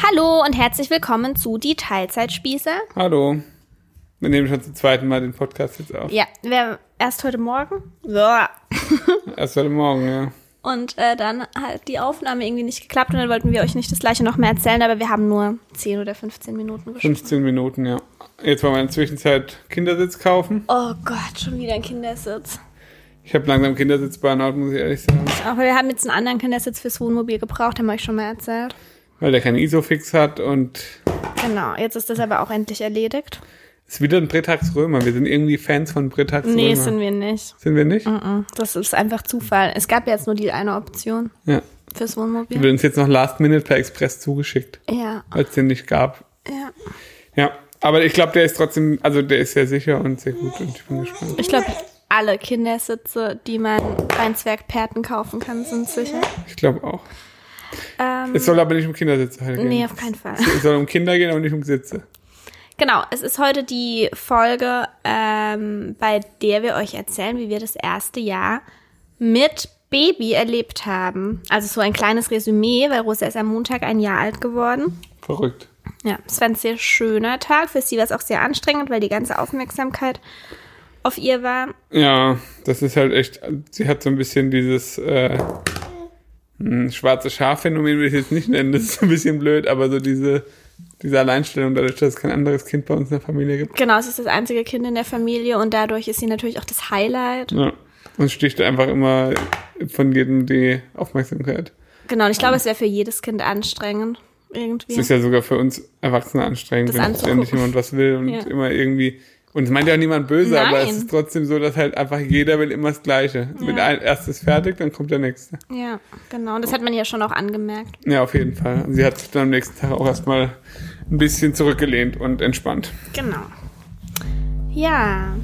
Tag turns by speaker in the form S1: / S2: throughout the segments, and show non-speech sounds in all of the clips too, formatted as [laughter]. S1: Hallo und herzlich willkommen zu Die Teilzeitspießer.
S2: Hallo. Wir nehmen schon zum zweiten Mal den Podcast jetzt auf.
S1: Ja, wir, erst heute Morgen. Ja.
S2: Erst heute Morgen, ja.
S1: Und äh, dann hat die Aufnahme irgendwie nicht geklappt und dann wollten wir euch nicht das gleiche noch mehr erzählen, aber wir haben nur 10 oder 15 Minuten gesprochen.
S2: 15 Minuten, ja. Jetzt wollen wir in der Zwischenzeit Kindersitz kaufen.
S1: Oh Gott, schon wieder ein Kindersitz.
S2: Ich habe langsam Kindersitz-Burnout, muss ich ehrlich sagen.
S1: Aber wir haben jetzt einen anderen Kindersitz fürs Wohnmobil gebraucht, haben wir euch schon mal erzählt.
S2: Weil der keinen Isofix hat und
S1: Genau, jetzt ist das aber auch endlich erledigt.
S2: ist wieder ein Britax Römer. Wir sind irgendwie Fans von Britax Römer.
S1: Nee, sind wir nicht.
S2: Sind wir nicht?
S1: Mhm, Das ist einfach Zufall. Es gab jetzt nur die eine Option
S2: Ja.
S1: fürs
S2: Die
S1: Wohnmobil.
S2: wird uns jetzt noch Last Minute per Express zugeschickt,
S1: Ja,
S2: weil es den nicht gab.
S1: ja.
S2: Ja. Aber ich glaube, der ist trotzdem, also der ist sehr sicher und sehr gut und ich bin gespannt.
S1: Ich glaube, alle Kindersitze, die man bei Zwergperten kaufen kann, sind sicher.
S2: Ich glaube auch.
S1: Ähm,
S2: Es soll aber nicht um Kindersitze halt gehen.
S1: nee, auf keinen Fall.
S2: Es soll um Kinder gehen, aber nicht um Sitze.
S1: Genau, es ist heute die Folge, ähm, bei der wir euch erzählen, wie wir das erste Jahr mit Baby erlebt haben. Also so ein kleines Resümee, weil Rosa ist am Montag ein Jahr alt geworden.
S2: Verrückt.
S1: Ja, es war ein sehr schöner Tag. Für sie war es auch sehr anstrengend, weil die ganze Aufmerksamkeit auf ihr war.
S2: Ja, das ist halt echt, sie hat so ein bisschen dieses äh, hm, schwarze Schafphänomen, will ich jetzt nicht nennen, das ist ein bisschen blöd, aber so diese, diese Alleinstellung dadurch, dass es kein anderes Kind bei uns in der Familie gibt.
S1: Genau, es ist das einzige Kind in der Familie und dadurch ist sie natürlich auch das Highlight.
S2: Ja. Und sticht einfach immer von jedem die Aufmerksamkeit.
S1: Genau, und ich glaube, es wäre für jedes Kind anstrengend. Irgendwie.
S2: Es ist ja sogar für uns Erwachsene anstrengend,
S1: Das
S2: wenn
S1: anzugucken.
S2: ständig jemand was will und
S1: Ja.
S2: immer irgendwie. Und es meint ja auch niemand böse, aber es
S1: Nein.
S2: ist trotzdem so, dass halt einfach jeder will immer das Gleiche. Also Wenn ein erstes fertig, dann kommt der nächste.
S1: Ja, genau. Und das hat man ja schon auch angemerkt.
S2: Ja, auf jeden Fall. Sie hat sich dann am nächsten Tag auch erstmal ein bisschen zurückgelehnt und entspannt.
S1: Genau. Ja.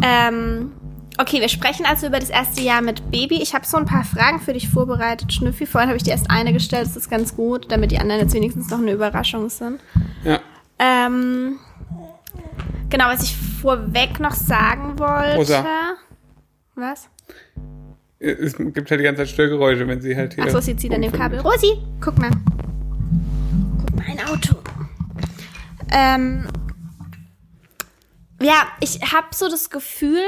S1: Ähm, okay, wir sprechen also über das erste Jahr mit Baby. Ich habe so ein paar Fragen für dich vorbereitet, Schnüffi. Vorhin habe ich dir erst eine gestellt, das ist ganz gut, damit die anderen jetzt wenigstens noch eine Überraschung sind.
S2: Ja,
S1: Ähm, genau, was ich vorweg noch sagen wollte.
S2: Rosa.
S1: Was?
S2: es gibt halt die ganze Zeit Störgeräusche, wenn sie halt hier.
S1: Achso, sie zieht an dem
S2: rumfindet.
S1: Kabel. Rosi, guck mal. Guck mal, ein Auto. Ähm, ja, ich habe so das Gefühl,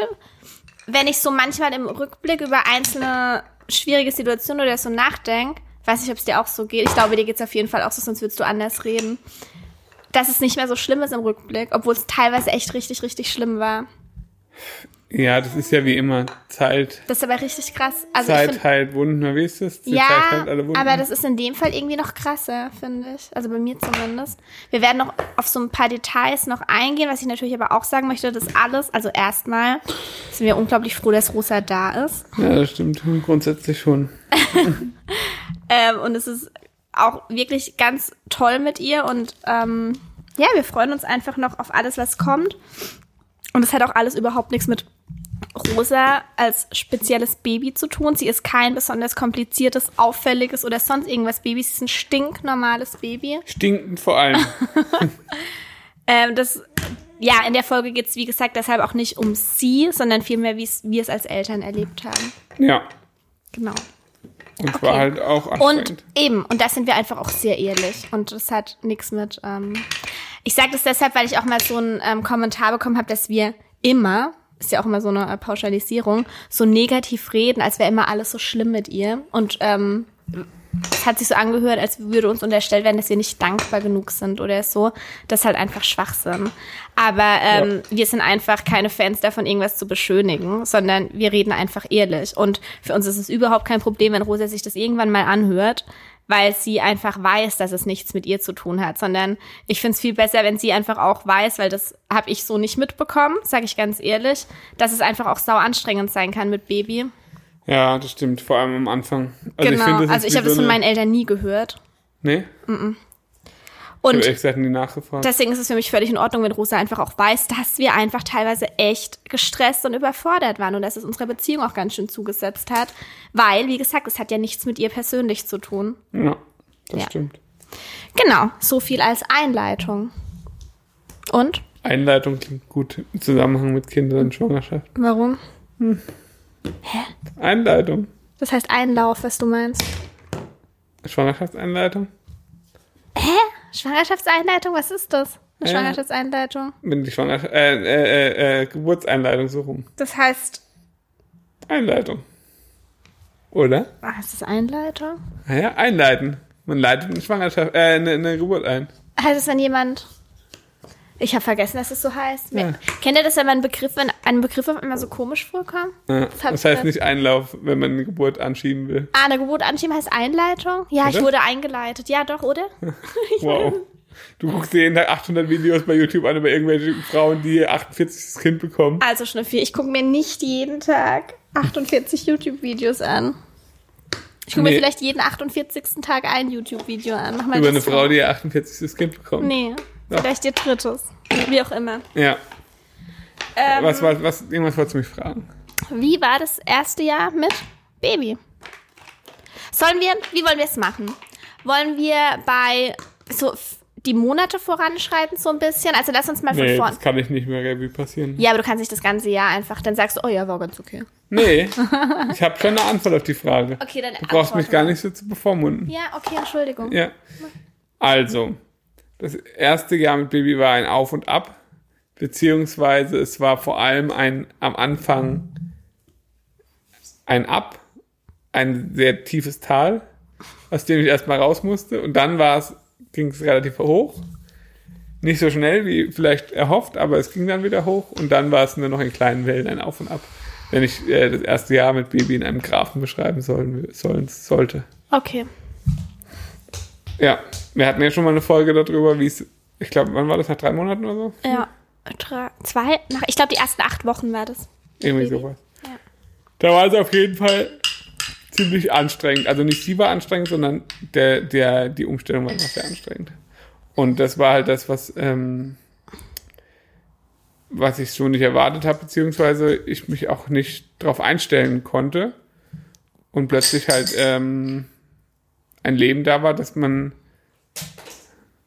S1: wenn ich so manchmal im Rückblick über einzelne schwierige Situationen oder so nachdenke, weiß nicht, ob es dir auch so geht. Ich glaube, dir geht's auf jeden Fall auch so, sonst würdest du anders reden. Dass es nicht mehr so schlimm ist im Rückblick, obwohl es teilweise echt richtig, richtig schlimm war.
S2: Ja, das ist ja wie immer. Zeit,
S1: Das ist aber richtig krass. Also ich
S2: Zeit
S1: find-
S2: heilt Wunden. Na, Wie ist das? Die Zeit
S1: Ja,
S2: heilt alle Wunden.
S1: aber das ist in dem Fall irgendwie noch krasser, finde ich. Also bei mir zumindest. Wir werden noch auf so ein paar Details noch eingehen, was ich natürlich aber auch sagen möchte, dass alles, also erstmal sind wir unglaublich froh, dass Rosa da ist.
S2: ja, das stimmt. Grundsätzlich schon.
S1: Ähm, und es ist auch wirklich ganz toll mit ihr und ähm, ja, wir freuen uns einfach noch auf alles, was kommt. Und es hat auch alles überhaupt nichts mit Rosa als spezielles Baby zu tun. Sie ist kein besonders kompliziertes, auffälliges oder sonst irgendwas Baby. Sie ist ein stinknormales Baby.
S2: Stinkend
S1: [laughs]
S2: vor allem.
S1: Ähm, das, ja, in der Folge geht's wie gesagt, deshalb auch nicht um sie, sondern vielmehr, wie es- wir es als Eltern erlebt haben.
S2: ja.
S1: Genau.
S2: Und war halt auch anstrengend.
S1: Und eben, und das sind wir einfach auch sehr ehrlich. Und das hat nichts mit. Ähm, ich sage das deshalb, weil ich auch mal so einen ähm, Kommentar bekommen habe, dass wir immer, ist ja auch immer so eine äh, Pauschalisierung, so negativ reden, als wäre immer alles so schlimm mit ihr. Und ähm, es hat sich so angehört, als würde uns unterstellt werden, dass wir nicht dankbar genug sind oder so. Das ist halt einfach Schwachsinn. Aber ähm, wir sind einfach keine Fans davon, irgendwas zu beschönigen, sondern wir reden einfach ehrlich. Und für uns ist es überhaupt kein Problem, wenn Rosa sich das irgendwann mal anhört, weil sie einfach weiß, dass es nichts mit ihr zu tun hat, sondern ich finde es viel besser, wenn sie einfach auch weiß, weil das habe ich so nicht mitbekommen, sage ich ganz ehrlich, dass es einfach auch sau anstrengend sein kann mit Baby.
S2: Ja, das stimmt. Vor allem am Anfang. Also
S1: genau,
S2: ich finde, das
S1: also
S2: ist
S1: ich
S2: wie
S1: habe das
S2: so
S1: von
S2: eine-
S1: meinen Eltern nie gehört.
S2: Nee? Ich habe
S1: Und
S2: ehrlich gesagt nie nachgefragt.
S1: Deswegen ist es für mich völlig in Ordnung, wenn Rosa einfach auch weiß, dass wir einfach teilweise echt gestresst und überfordert waren und dass es unserer Beziehung auch ganz schön zugesetzt hat. Weil, wie gesagt, es hat ja nichts mit ihr persönlich zu tun.
S2: ja, das
S1: Ja.
S2: stimmt.
S1: Genau, so viel als Einleitung. Und?
S2: Einleitung klingt gut im Zusammenhang mit Kindern und Schwangerschaft.
S1: Warum?
S2: Einleitung.
S1: Das heißt Einlauf, was du meinst.
S2: Schwangerschaftseinleitung?
S1: Schwangerschaftseinleitung, was ist das? Eine
S2: Ja.
S1: Schwangerschaftseinleitung.
S2: Bin die Schwangerschaft, äh, äh, äh, äh, Geburtseinleitung so rum.
S1: Das heißt,
S2: Einleitung. Oder?
S1: ah, ist das Einleitung?
S2: Naja, einleiten. Man leitet eine Schwangerschaft, äh, eine, eine Geburt ein.
S1: Heißt es, wenn jemand. Ich habe vergessen, dass es so heißt. Mir-
S2: Ja.
S1: Kennt ihr das, wenn man einen Begriff, wenn ein Begriff auf einmal so komisch vorkommt?
S2: Ja.
S1: Das hab
S2: Das
S1: ich
S2: heißt
S1: grad-
S2: nicht Einlauf, wenn man eine Geburt anschieben will.
S1: Ah, eine Geburt anschieben heißt Einleitung? Ja, ich
S2: Oder?
S1: wurde eingeleitet. Ja, doch, oder?
S2: [laughs] Wow. Du guckst dir jeden Tag 800 Videos bei YouTube an über irgendwelche Frauen, die ihr 48. Kind bekommen.
S1: Also Schnüffi, ich gucke mir nicht jeden Tag 48 YouTube-Videos an. Ich gucke
S2: Nee.
S1: mir vielleicht jeden 48. Tag ein YouTube-Video an. Mach mal
S2: Über
S1: das
S2: eine
S1: so.
S2: Frau, die ihr 48. Kind bekommt.
S1: Nee,
S2: Ja.
S1: vielleicht ihr drittes. Wie auch immer.
S2: Ja.
S1: Ähm,
S2: Was, was, was, irgendwas wolltest du mich fragen.
S1: Wie war das erste Jahr mit Baby? Sollen wir, wie wollen wir es machen? Wollen wir bei so f- die Monate voranschreiten so ein bisschen? Also lass uns mal von
S2: Nee,
S1: vorn.
S2: das kann ich nicht mehr Revue passieren.
S1: Ja, aber du kannst nicht das ganze Jahr einfach, dann sagst du, oh ja, war ganz okay. [laughs]
S2: Nee, ich habe schon eine Antwort auf die Frage.
S1: Okay, dann
S2: Du brauchst mich
S1: antworte.
S2: gar nicht so zu bevormunden.
S1: Ja, okay, Entschuldigung.
S2: Ja. Also, das erste Jahr mit Baby war ein Auf und Ab, beziehungsweise es war vor allem ein am Anfang ein Ab, ein sehr tiefes Tal, aus dem ich erstmal raus musste und dann war es ging es relativ hoch. Nicht so schnell wie vielleicht erhofft, aber es ging dann wieder hoch und dann war es nur noch in kleinen Wellen ein Auf und Ab. Wenn ich äh, das erste Jahr mit Baby in einem Graphen beschreiben sollen, sollen, sollte.
S1: Okay.
S2: Ja, wir hatten ja schon mal eine Folge darüber, wie es, ich glaube, wann war das, nach drei Monaten oder so?
S1: Ja. Drei, zwei, nach, ich glaube, die ersten acht Wochen war das.
S2: Irgendwie
S1: Baby.
S2: sowas.
S1: Ja.
S2: Da war es auf jeden Fall ziemlich anstrengend. Also nicht sie war anstrengend, sondern der, der, die Umstellung war noch sehr anstrengend. Und das war halt das, was, ähm, was ich so nicht erwartet habe, beziehungsweise ich mich auch nicht darauf einstellen konnte. Und plötzlich halt ähm, ein Leben da war, das man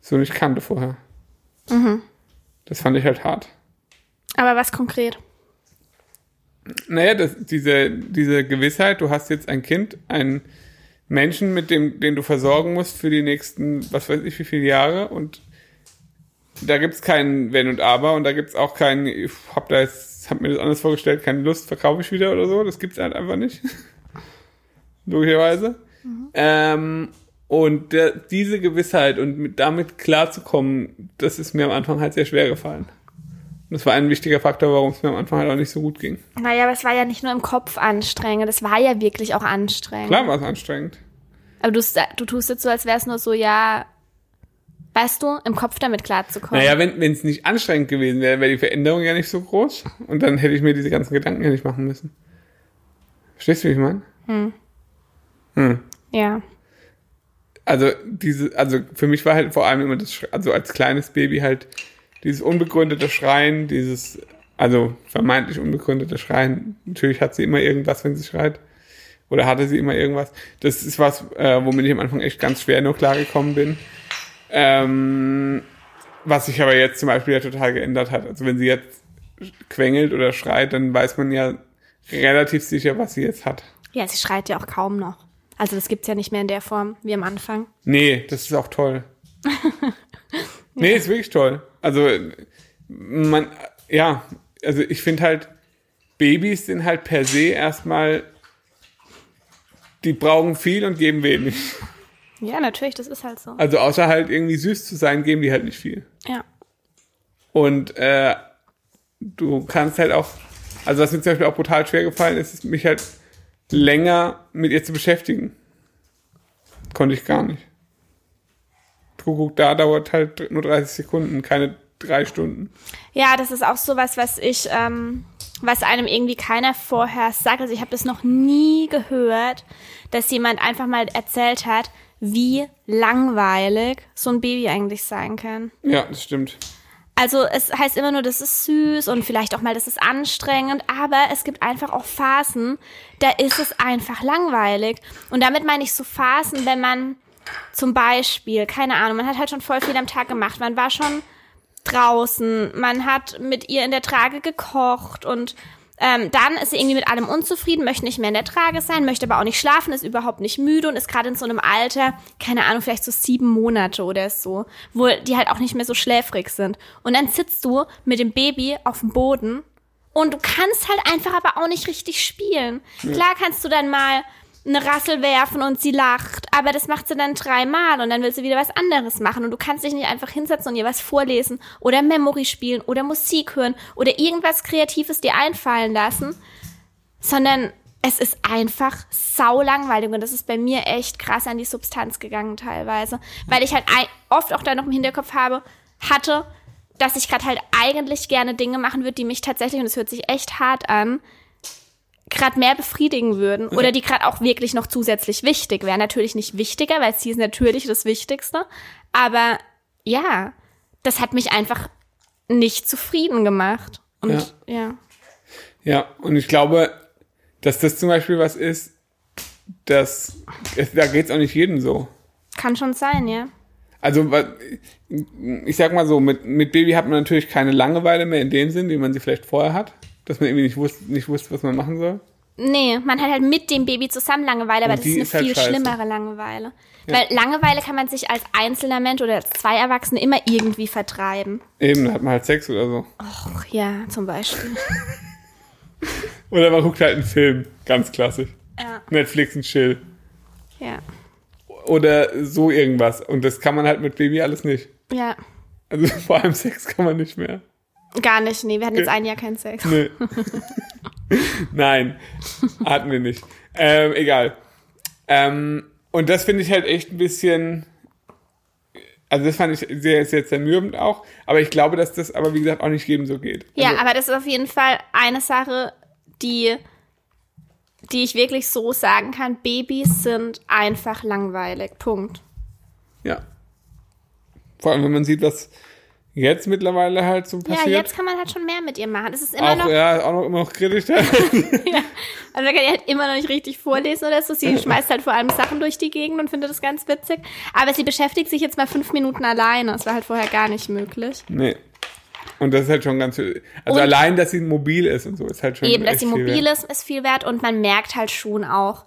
S2: so nicht kannte vorher. Das fand ich halt hart.
S1: Aber was konkret?
S2: Naja, das, diese, diese Gewissheit, du hast jetzt ein Kind, einen Menschen, mit dem, den du versorgen musst für die nächsten, was weiß ich, wie viele Jahre und da gibt's keinen Wenn und Aber und da gibt's auch keinen, ich hab da jetzt, hab mir das anders vorgestellt, keine Lust, verkaufe ich wieder oder so, das gibt's halt einfach nicht. [laughs] Logischerweise. Ähm, und der, diese Gewissheit und mit, damit klarzukommen, das ist mir am Anfang halt sehr schwer gefallen. Und das war ein wichtiger Faktor, warum es mir am Anfang halt auch nicht so gut ging.
S1: Naja, aber es war ja nicht nur im Kopf anstrengend, es war ja wirklich auch anstrengend.
S2: Klar war es anstrengend.
S1: Aber du, du tust jetzt so, als wäre es nur so, ja, weißt du, im Kopf damit klarzukommen.
S2: Naja, wenn wenn es nicht anstrengend gewesen wäre, wäre die Veränderung ja nicht so groß. Und dann hätte ich mir diese ganzen Gedanken ja nicht machen müssen. Verstehst du, wie ich meine?
S1: Ja.
S2: Also, diese, also für mich war halt vor allem immer das, Schre- also als kleines Baby halt dieses unbegründete Schreien, dieses, also vermeintlich unbegründete Schreien. Natürlich hat sie immer irgendwas, wenn sie schreit. Oder hatte sie immer irgendwas. Das ist was, äh, womit ich am Anfang echt ganz schwer nur klargekommen bin. Ähm, was sich aber jetzt zum Beispiel ja total geändert hat. Also wenn sie jetzt quengelt oder schreit, dann weiß man ja relativ sicher, was sie jetzt hat.
S1: Ja, sie schreit ja auch kaum noch. Also das gibt's ja nicht mehr in der Form wie am Anfang.
S2: Nee, das ist auch toll. [laughs] nee, ist wirklich toll. Also, man, ja, also ich finde halt, Babys sind halt per se erstmal, die brauchen viel und geben wenig.
S1: Ja, natürlich, das ist halt so.
S2: Also außer halt irgendwie süß zu sein, geben die halt nicht viel.
S1: Ja.
S2: Und äh, du kannst halt auch, also was mir zum Beispiel auch brutal schwer gefallen ist, ist mich halt länger mit ihr zu beschäftigen. Konnte ich gar nicht. Kuckuck da dauert halt nur 30 Sekunden, keine drei Stunden.
S1: Ja, das ist auch sowas, was ich, ähm, was einem irgendwie keiner vorher sagt. Also ich habe das noch nie gehört, dass jemand einfach mal erzählt hat, wie langweilig so ein Baby eigentlich sein kann.
S2: Ja, das stimmt.
S1: Also es heißt immer nur, das ist süß und vielleicht auch mal, das ist anstrengend, aber es gibt einfach auch Phasen, da ist es einfach langweilig. Und damit meine ich so Phasen, wenn man zum Beispiel, keine Ahnung, man hat halt schon voll viel am Tag gemacht, man war schon draußen, man hat mit ihr in der Trage gekocht und Ähm, dann ist sie irgendwie mit allem unzufrieden, möchte nicht mehr in der Trage sein, möchte aber auch nicht schlafen, ist überhaupt nicht müde und ist gerade in so einem Alter, keine Ahnung, vielleicht so sieben Monate oder so, wo die halt auch nicht mehr so schläfrig sind. Und dann sitzt du mit dem Baby auf dem Boden und du kannst halt einfach aber auch nicht richtig spielen. Klar kannst du dann mal eine Rassel werfen und sie lacht, aber das macht sie dann dreimal und dann will sie wieder was anderes machen und du kannst dich nicht einfach hinsetzen und ihr was vorlesen oder Memory spielen oder Musik hören oder irgendwas Kreatives dir einfallen lassen, sondern es ist einfach sau langweilig und das ist bei mir echt krass an die Substanz gegangen teilweise, weil ich halt ei- oft auch da noch im Hinterkopf habe, hatte, dass ich gerade halt eigentlich gerne Dinge machen würde, die mich tatsächlich, und es hört sich echt hart an, gerade mehr befriedigen würden oder die gerade auch wirklich noch zusätzlich wichtig wären. Natürlich nicht wichtiger, weil Ziel ist natürlich das Wichtigste. Aber ja, das hat mich einfach nicht zufrieden gemacht. Und ja.
S2: Ja, und ich glaube, dass das zum Beispiel was ist, dass es, da geht's auch nicht jedem so.
S1: kann schon sein, ja.
S2: Also wa- ich sag mal so, mit, mit Baby hat man natürlich keine Langeweile mehr in dem Sinn, den man sie vielleicht vorher hat, dass man irgendwie nicht wusste, nicht wusste was man machen soll.
S1: Nee, man hat halt mit dem Baby zusammen Langeweile, aber
S2: Und
S1: das
S2: die
S1: ist eine
S2: ist halt
S1: viel
S2: scheiße.
S1: schlimmere Langeweile. Weil Langeweile kann man sich als einzelner Mensch oder als zwei Erwachsene immer irgendwie vertreiben.
S2: Eben, da hat man halt Sex oder so.
S1: Och, ja, zum Beispiel.
S2: Oder man guckt halt einen Film, ganz klassisch.
S1: Ja.
S2: Netflix und Chill.
S1: Ja.
S2: Oder so irgendwas. Und das kann man halt mit Baby alles nicht.
S1: Ja.
S2: Also [laughs] vor allem Sex kann man nicht mehr.
S1: Gar nicht, nee, wir hatten jetzt ein Jahr keinen Sex.
S2: Nö. [laughs] Nein, hatten wir nicht. Ähm, egal. Ähm, und das finde ich halt echt ein bisschen. Also das fand ich sehr, sehr zermürbend auch. Aber ich glaube, dass das aber, wie gesagt, auch nicht jedem so geht.
S1: Ja,
S2: also,
S1: aber das ist auf jeden Fall eine Sache, die, die ich wirklich so sagen kann. Babys sind einfach langweilig. Punkt.
S2: ja. Vor allem, wenn man sieht, was jetzt mittlerweile halt so passiert.
S1: Ja, jetzt kann man halt schon mehr mit ihr machen. Es ist immer
S2: auch,
S1: noch,
S2: ja, auch noch, immer noch kritisch. [laughs]
S1: also man kann ihr halt immer noch nicht richtig vorlesen oder so.
S2: [laughs]
S1: Sie schmeißt halt vor allem Sachen durch die Gegend und findet das ganz witzig. Aber sie beschäftigt sich jetzt mal fünf Minuten alleine. Das war halt vorher gar nicht möglich.
S2: nee. Und das ist halt schon ganz viel. Also
S1: Und-
S2: allein, dass sie mobil ist und so, ist halt schon
S1: Eben, dass
S2: echt
S1: sie
S2: viel wert.
S1: mobil ist, ist viel wert und man merkt halt schon auch,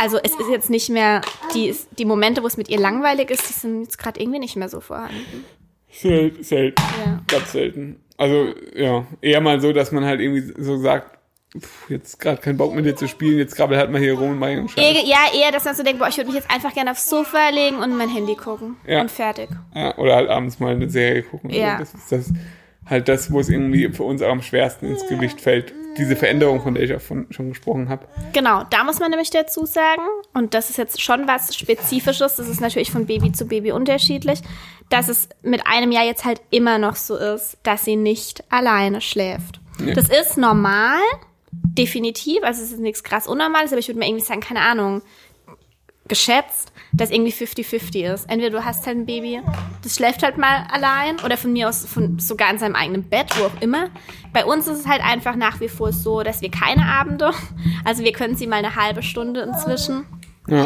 S1: also es ist jetzt nicht mehr, die, die Momente, wo es mit ihr langweilig ist, die sind jetzt gerade irgendwie nicht mehr so vorhanden.
S2: Selten, selten.
S1: Ja.
S2: Ganz selten. Also, ja, eher mal so, dass man halt irgendwie so sagt, pff, jetzt gerade keinen Bock mit dir zu spielen, jetzt krabbel halt mal hier rum und mach irgendeinen
S1: Eher,
S2: Scheiß.
S1: ja, eher, dass man so denkt, boah, ich würde mich jetzt einfach gerne aufs Sofa legen und mein Handy gucken.
S2: Ja.
S1: Und fertig.
S2: Ja, oder halt abends mal eine Serie gucken.
S1: Ja.
S2: Also Das ist das, halt das, wo es irgendwie für uns auch am schwersten ins Gewicht fällt. Diese Veränderung, von der ich auch von, schon gesprochen habe.
S1: Genau, da muss man nämlich dazu sagen, und das ist jetzt schon was Spezifisches, das ist natürlich von Baby zu Baby unterschiedlich, dass es mit einem Jahr jetzt halt immer noch so ist, dass sie nicht alleine schläft. Das ist normal, definitiv, also es ist nichts krass Unnormales, aber ich würde mal irgendwie sagen, keine Ahnung, geschätzt, dass irgendwie 50-50 ist. Entweder du hast halt ein Baby, das schläft halt mal allein oder von mir aus von, sogar in seinem eigenen Bett, wo auch immer. Bei uns ist es halt einfach nach wie vor so, dass wir keine Abende, also wir können sie mal eine halbe Stunde inzwischen.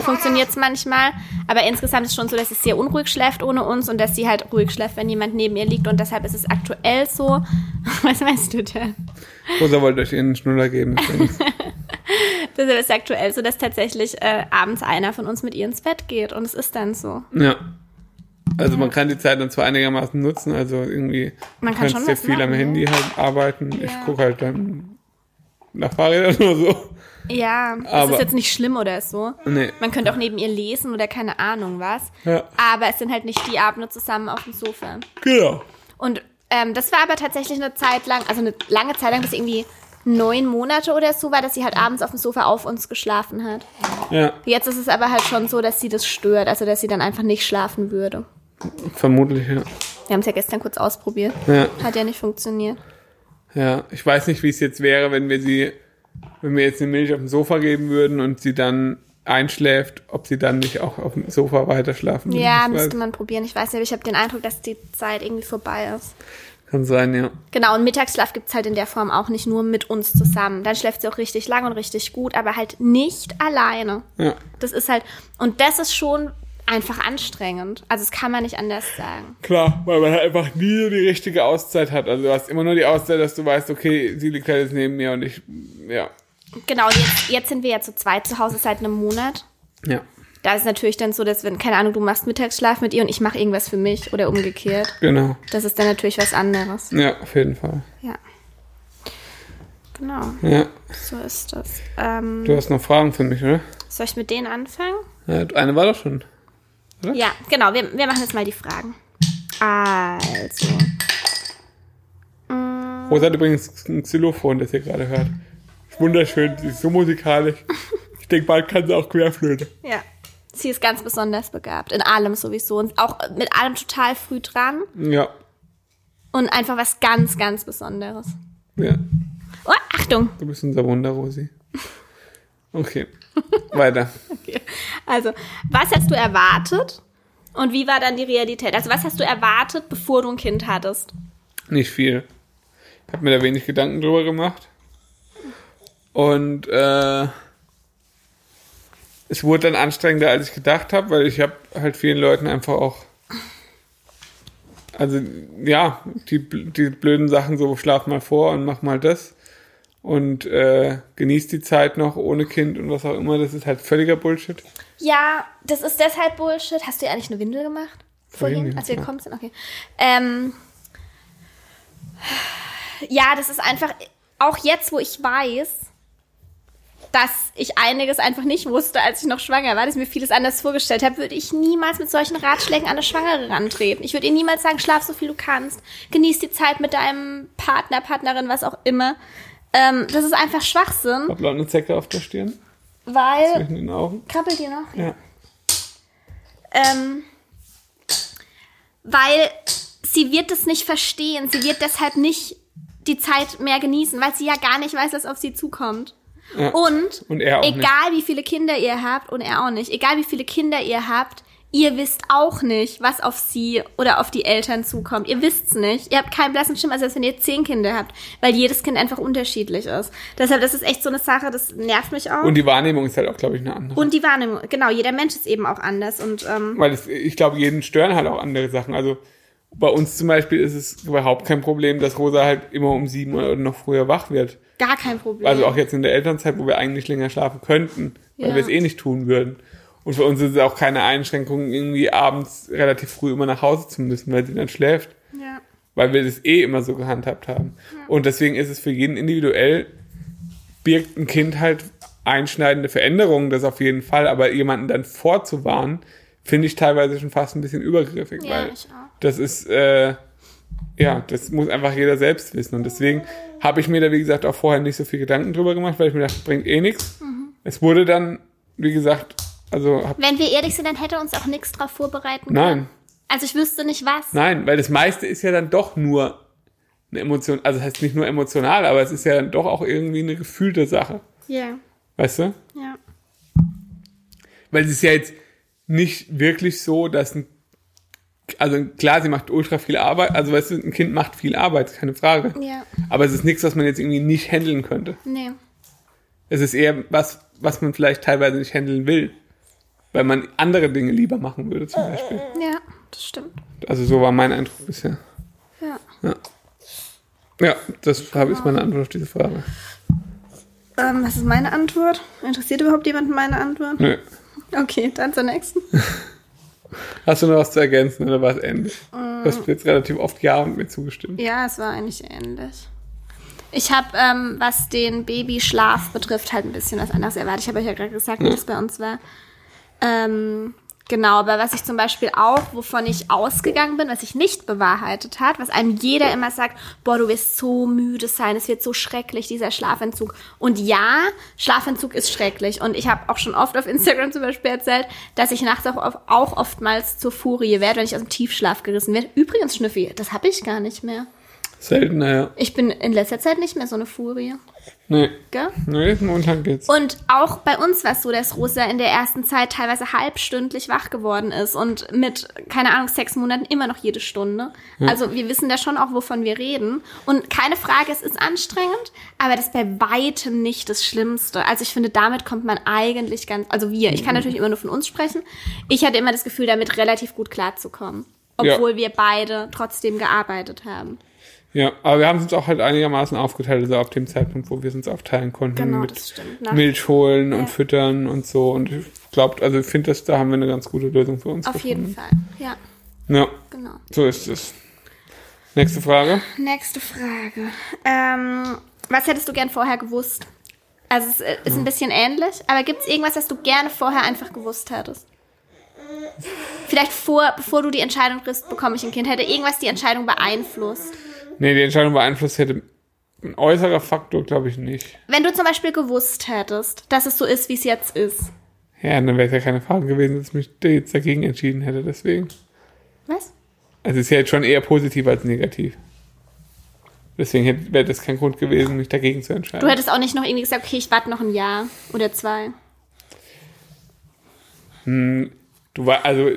S1: Funktioniert es manchmal, aber insgesamt ist es schon so, dass sie sehr unruhig schläft ohne uns und dass sie halt ruhig schläft, wenn jemand neben ihr liegt und deshalb ist es aktuell so. [laughs] Was meinst du denn?
S2: Rosa wollte euch ihren Schnuller geben.
S1: [laughs]
S2: übrigens.
S1: Das ist aktuell so, dass tatsächlich äh, abends einer von uns mit ihr ins Bett geht und es ist dann so.
S2: ja. Also man kann die Zeit dann zwar einigermaßen nutzen, also irgendwie
S1: Man kann
S2: du kannst
S1: schon
S2: sehr
S1: was
S2: viel
S1: machen,
S2: am
S1: ne?
S2: Handy halt arbeiten. Ich
S1: Ja.
S2: gucke halt dann nach Fahrrädern oder so.
S1: Ja, es
S2: Aber-
S1: ist jetzt nicht schlimm oder so.
S2: Nee.
S1: Man könnte auch neben ihr lesen oder keine Ahnung was.
S2: Ja.
S1: Aber es sind halt nicht die Abende zusammen auf dem Sofa.
S2: Genau.
S1: Und ähm, das war aber tatsächlich eine Zeit lang, also eine lange Zeit lang, bis irgendwie neun Monate oder so war, dass sie halt abends auf dem Sofa auf uns geschlafen hat.
S2: Ja,
S1: Jetzt ist es aber halt schon so, dass sie das stört, also dass sie dann einfach nicht schlafen würde.
S2: vermutlich, ja.
S1: Wir haben es ja gestern kurz ausprobiert.
S2: Ja,
S1: Hat ja nicht funktioniert.
S2: ja. Ich weiß nicht, wie es jetzt wäre, wenn wir sie, wenn wir jetzt eine Milch auf dem Sofa geben würden und sie dann einschläft, ob sie dann nicht auch auf dem Sofa weiter schlafen würde.
S1: Ja,
S2: Das
S1: müsste
S2: weiß-
S1: man probieren. Ich weiß nicht, aber ich habe den Eindruck, dass die Zeit irgendwie vorbei ist.
S2: Kann sein, ja.
S1: Genau, und Mittagsschlaf gibt's halt in der Form auch nicht nur mit uns zusammen. Dann schläft sie auch richtig lang und richtig gut, aber halt nicht alleine.
S2: Ja,
S1: Das ist halt, und das ist schon einfach anstrengend. Also das kann man nicht anders sagen.
S2: Klar, weil man halt einfach nie so die richtige Auszeit hat. Also du hast immer nur die Auszeit, dass du weißt, okay, sie liegt halt jetzt neben mir und ich, ja.
S1: Genau, und jetzt, jetzt sind wir ja zu zweit zu Hause seit einem Monat.
S2: Ja,
S1: Da ist natürlich dann so, dass wenn, keine Ahnung, du machst Mittagsschlaf mit ihr und ich mache irgendwas für mich oder umgekehrt.
S2: genau.
S1: Das ist dann natürlich was anderes.
S2: Ja, auf jeden Fall.
S1: Ja. Genau,
S2: Ja.
S1: so ist das. Ähm,
S2: Du hast noch Fragen für mich, oder?
S1: soll ich mit denen anfangen?
S2: Ja, Eine war doch schon.
S1: Ja, genau, wir, wir machen jetzt mal die Fragen. Also.
S2: Rosa Oh, hat übrigens ein Xylophon, das ihr gerade hört. Ist wunderschön, sie ist so musikalisch. Ich denke, bald kann sie auch Querflöte.
S1: Ja. Sie ist ganz besonders begabt. In allem sowieso. Und auch mit allem total früh dran.
S2: Ja.
S1: Und einfach was ganz, ganz Besonderes.
S2: Ja.
S1: Oh, Achtung!
S2: Du bist unser Wunder, Rosi. Okay. Weiter.
S1: Also, was hast du erwartet? Und wie war dann die Realität? Also, was hast du erwartet, bevor du ein Kind hattest?
S2: Nicht viel. Ich habe mir da wenig Gedanken drüber gemacht. Und äh, es wurde dann anstrengender, als ich gedacht habe, weil ich habe halt vielen Leuten einfach auch. Also ja, die, bl- die blöden Sachen so, schlaf mal vor und mach mal das. Und äh, genieß die Zeit noch ohne Kind und was auch immer. Das ist halt völliger Bullshit.
S1: Ja, das ist deshalb Bullshit. Hast du ihr eigentlich eine Windel gemacht? Vorhin,
S2: Vorhin, ja.
S1: als wir gekommen sind? Okay. Ähm, ja, das ist einfach, auch jetzt, wo ich weiß, dass ich einiges einfach nicht wusste, als ich noch schwanger war, dass ich mir vieles anders vorgestellt habe, würde ich niemals mit solchen Ratschlägen an eine Schwangere rantreten. Ich würde ihr niemals sagen, schlaf so viel du kannst, genieß die Zeit mit deinem Partner, Partnerin, was auch immer. Ähm, das ist einfach Schwachsinn,
S2: Hab laut eine Zecke auf der Stirn,
S1: weil...
S2: zwischen den Augen.
S1: Krabbelt ihr noch?
S2: Ja.
S1: Ähm, weil sie wird es nicht verstehen. Sie wird deshalb nicht die Zeit mehr genießen, weil sie ja gar nicht weiß, was auf sie zukommt.
S2: Ja.
S1: Und,
S2: Und er auch nicht.
S1: egal wie viele Kinder ihr habt, und er auch nicht, egal wie viele Kinder ihr habt, ihr wisst auch nicht, was auf sie oder auf die Eltern zukommt. Ihr wisst's nicht. Ihr habt keinen blassen Schimmer, als wenn ihr zehn Kinder habt, weil jedes Kind einfach unterschiedlich ist. Deshalb, das ist echt so eine Sache, das nervt mich auch.
S2: Und die Wahrnehmung ist halt auch, glaube ich, eine andere.
S1: Und die Wahrnehmung, genau, jeder Mensch ist eben auch anders. Und ähm,
S2: weil es, ich glaube, jeden stören halt auch andere Sachen. Also bei uns zum Beispiel ist es überhaupt kein Problem, dass Rosa halt immer um sieben oder noch früher wach wird.
S1: gar kein Problem.
S2: Also auch jetzt in der Elternzeit, wo wir eigentlich länger schlafen könnten, weil
S1: Ja.
S2: wir es eh nicht tun würden. Und für uns ist es auch keine Einschränkung, irgendwie abends relativ früh immer nach Hause zu müssen, weil sie dann schläft.
S1: ja.
S2: Weil wir das eh immer so gehandhabt haben. Und deswegen ist es für jeden individuell, birgt ein Kind halt einschneidende Veränderungen, das auf jeden Fall, aber jemanden dann vorzuwarnen, finde ich teilweise schon fast ein bisschen übergriffig,
S1: Ja,
S2: weil
S1: ich auch.
S2: das ist, äh, ja, das muss einfach jeder selbst wissen. Und deswegen habe ich mir da, wie gesagt, auch vorher nicht so viel Gedanken drüber gemacht, weil ich mir dachte, bringt eh nichts. Es wurde dann, wie gesagt, also, hab,
S1: Mhm. Wenn wir ehrlich sind, dann hätte uns auch nichts drauf vorbereiten können.
S2: nein,
S1: Also ich wüsste nicht was.
S2: Nein, weil das meiste ist ja dann doch nur eine Emotion, also das heißt nicht nur emotional, aber es ist ja dann doch auch irgendwie eine gefühlte Sache.
S1: Ja,
S2: Weißt du?
S1: ja.
S2: Weil es ist ja jetzt nicht wirklich so, dass ein, also klar, sie macht ultra viel Arbeit, also weißt du, ein Kind macht viel Arbeit, keine Frage.
S1: Ja.
S2: Aber es ist nichts, was man jetzt irgendwie nicht handeln könnte.
S1: Nee.
S2: Es ist eher was, was man vielleicht teilweise nicht handeln will. Weil man andere Dinge lieber machen würde, zum Beispiel.
S1: Ja, das stimmt.
S2: Also so war mein Eindruck bisher.
S1: Ja.
S2: Ja, ja das habe ich meine Antwort auf diese Frage.
S1: Ähm, was ist meine Antwort? Interessiert überhaupt jemanden meine Antwort? [laughs]
S2: Nö.
S1: Okay, dann zur nächsten.
S2: Hast du noch was zu ergänzen oder war es ähnlich?
S1: Äh.
S2: Du hast jetzt relativ oft Ja und mir zugestimmt.
S1: Ja, es war eigentlich ähnlich. Ich habe, ähm, was den Babyschlaf betrifft, halt ein bisschen was anderes erwartet. Ich habe euch ja gerade gesagt, wie das bei uns war. Ähm, genau, aber was ich zum Beispiel auch, wovon ich ausgegangen bin, was ich nicht bewahrheitet hat, was einem jeder immer sagt, boah, du wirst so müde sein, es wird so schrecklich, dieser Schlafentzug. Und ja, Schlafentzug ist schrecklich. Und ich habe auch schon oft auf Instagram zum Beispiel erzählt, dass ich nachts auch, oft- auch oftmals zur Furie werde, wenn ich aus dem Tiefschlaf gerissen werde. Übrigens, Schnüffi, das habe ich gar nicht mehr.
S2: Selten, naja.
S1: Ich bin in letzter Zeit nicht mehr so eine Furie.
S2: Nee.
S1: Gell?
S2: Nee, jetzt Montag geht's.
S1: Und auch bei uns war es so, dass Rosa in der ersten Zeit teilweise halbstündlich wach geworden ist und mit, keine Ahnung, sechs Monaten immer noch jede Stunde. Also wir wissen da schon auch, wovon wir reden. Und keine Frage, es ist anstrengend, aber das ist bei weitem nicht das Schlimmste. Also ich finde, damit kommt man eigentlich ganz, also wir, ich kann natürlich immer nur von uns sprechen. Ich hatte immer das Gefühl, damit relativ gut klarzukommen.
S2: Ja.
S1: Obwohl wir beide trotzdem gearbeitet haben.
S2: Ja, aber wir haben es uns auch halt einigermaßen aufgeteilt, also ab dem Zeitpunkt, wo wir es uns aufteilen konnten.
S1: Genau,
S2: mit
S1: das stimmt. Nach-
S2: Milch holen
S1: Ja.
S2: und füttern und so. Und ich glaube, also ich finde, dass da haben wir eine ganz gute Lösung für uns.
S1: Auf jeden
S2: gefunden.
S1: Fall. Ja,
S2: Ja,
S1: genau.
S2: so ist es. Nächste Frage.
S1: Nächste Frage. Ähm, was hättest du gern vorher gewusst? Also es äh, ist ein bisschen ähnlich, aber gibt es irgendwas, was du gerne vorher einfach gewusst hättest? Vielleicht vor, bevor du die Entscheidung triffst, bekomme ich ein Kind, hätte irgendwas die Entscheidung beeinflusst.
S2: Nee, die Entscheidung beeinflusst hätte ein äußerer Faktor, glaube ich, nicht.
S1: Wenn du zum Beispiel gewusst hättest, dass es so ist, wie es jetzt ist.
S2: Ja, dann wäre es ja keine Frage gewesen, dass ich mich da jetzt dagegen entschieden hätte, deswegen.
S1: Was?
S2: Also es ist ja jetzt schon eher positiv als negativ. Deswegen hätte- wäre das kein Grund gewesen, mich dagegen zu entscheiden.
S1: Du hättest auch nicht noch irgendwie gesagt, okay, ich warte noch ein Jahr oder zwei.
S2: Du war also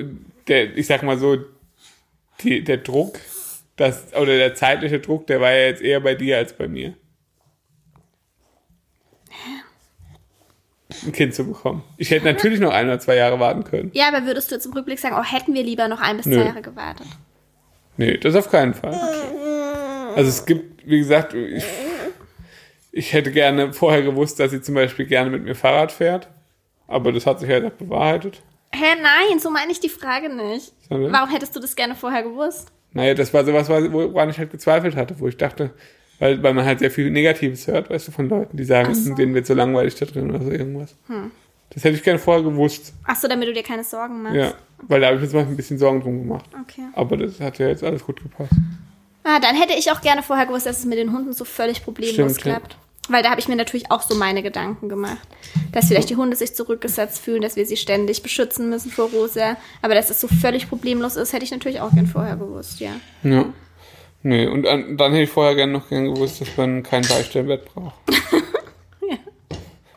S2: der, ich sag mal so, die, der Druck, das oder der zeitliche Druck, der war ja jetzt eher bei dir als bei mir. Ein Kind zu bekommen. Ich hätte natürlich noch ein oder zwei Jahre warten können.
S1: Ja, aber würdest du jetzt im Rückblick sagen, oh, hätten wir lieber noch ein bis
S2: Nö.
S1: zwei Jahre gewartet?
S2: Nee, das auf keinen Fall. Also es gibt, wie gesagt, ich, ich hätte gerne vorher gewusst, dass sie zum Beispiel gerne mit mir Fahrrad fährt. Aber das hat sich halt auch bewahrheitet.
S1: Hä, nein, so meine ich die Frage nicht.
S2: Sondern?
S1: Warum hättest du das gerne vorher gewusst?
S2: Naja, das war sowas, was- woran ich halt gezweifelt hatte, wo ich dachte, weil, weil man halt sehr viel Negatives hört, weißt du, von Leuten, die sagen, "Hm,
S1: Ach so. Hm.
S2: denen wird so langweilig da drin oder so irgendwas. Das hätte ich gerne vorher gewusst.
S1: Ach so, damit du dir keine Sorgen machst.
S2: Ja. Weil da habe ich mir zum Beispiel ein bisschen Sorgen drum gemacht.
S1: Okay.
S2: Aber das hat ja jetzt alles gut gepasst.
S1: Ah, dann hätte ich auch gerne vorher gewusst, dass es mit den Hunden so völlig problemlos
S2: Stimmt, ja.
S1: klappt. Weil da habe ich mir natürlich auch so meine Gedanken gemacht. Dass vielleicht die Hunde sich zurückgesetzt fühlen, dass wir sie ständig beschützen müssen vor Rosa. Aber dass es so völlig problemlos ist, hätte ich natürlich auch gern vorher gewusst, ja.
S2: Ja. Nee, und an, dann hätte ich vorher gerne noch gerne gewusst, dass man kein Beistellbett braucht.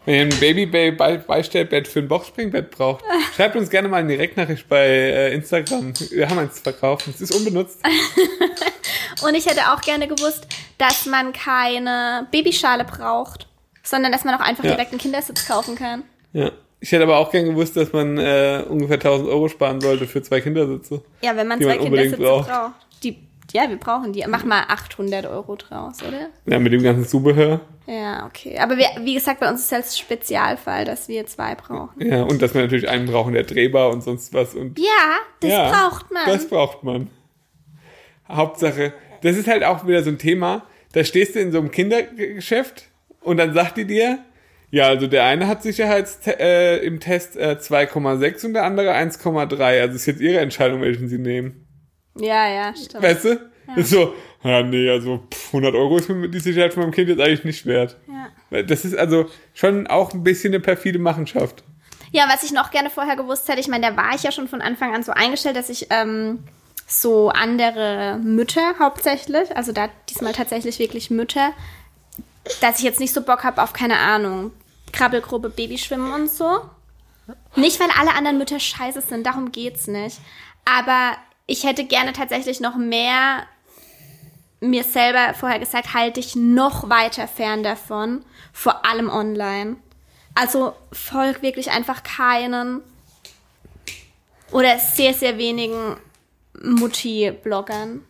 S2: Wenn ihr ein Baby-Beistellbett für ein Boxspringbett braucht, schreibt uns gerne mal eine Direktnachricht bei äh, Instagram. Wir haben eins zu verkaufen. Es ist unbenutzt.
S1: Und ich hätte auch gerne gewusst, dass man keine Babyschale braucht, sondern dass man auch einfach
S2: Ja.
S1: direkt einen Kindersitz kaufen kann.
S2: Ja. Ich hätte aber auch gern gewusst, dass man äh, ungefähr 1000 Euro sparen sollte für zwei Kindersitze.
S1: Ja, wenn man
S2: Die
S1: zwei
S2: man unbedingt
S1: Kindersitze braucht. Die, ja, wir brauchen die. Mach mal 800 Euro draus, oder?
S2: Ja, mit dem ganzen Zubehör.
S1: Ja, okay. Aber wir, wie gesagt, bei uns ist halt das Spezialfall, dass wir zwei brauchen.
S2: Ja, und dass wir natürlich einen brauchen, der drehbar und sonst was. Und
S1: Ja, das
S2: ja,
S1: braucht man.
S2: Das braucht man. Hauptsache, das ist halt auch wieder so ein Thema. Da stehst du in so einem Kindergeschäft und dann sagt die dir, ja, also der eine hat Sicherheits äh, im Test äh, 2,6 und der andere 1,3. Also ist jetzt ihre Entscheidung, welchen sie nehmen.
S1: ja, ja, stimmt.
S2: Weißt du? Das ist so, ja, nee, also pff, 100 Euro ist mir die Sicherheit von meinem Kind jetzt eigentlich nicht wert.
S1: Ja.
S2: Weil Das ist also schon auch ein bisschen eine perfide Machenschaft.
S1: Ja, was ich noch gerne vorher gewusst hätte, ich meine, da war ich ja schon von Anfang an so eingestellt, dass ich ähm, so andere Mütter hauptsächlich, also da diesmal tatsächlich wirklich Mütter, dass ich jetzt nicht so Bock habe auf, keine Ahnung, Krabbelgruppe, Babyschwimmen und so. Nicht, weil alle anderen Mütter scheiße sind, darum geht's nicht. Aber ich hätte gerne tatsächlich noch mehr mir selber vorher gesagt, halte ich noch weiter fern davon, vor allem online. Also folg wirklich einfach keinen oder sehr, sehr wenigen Mutti-Bloggern.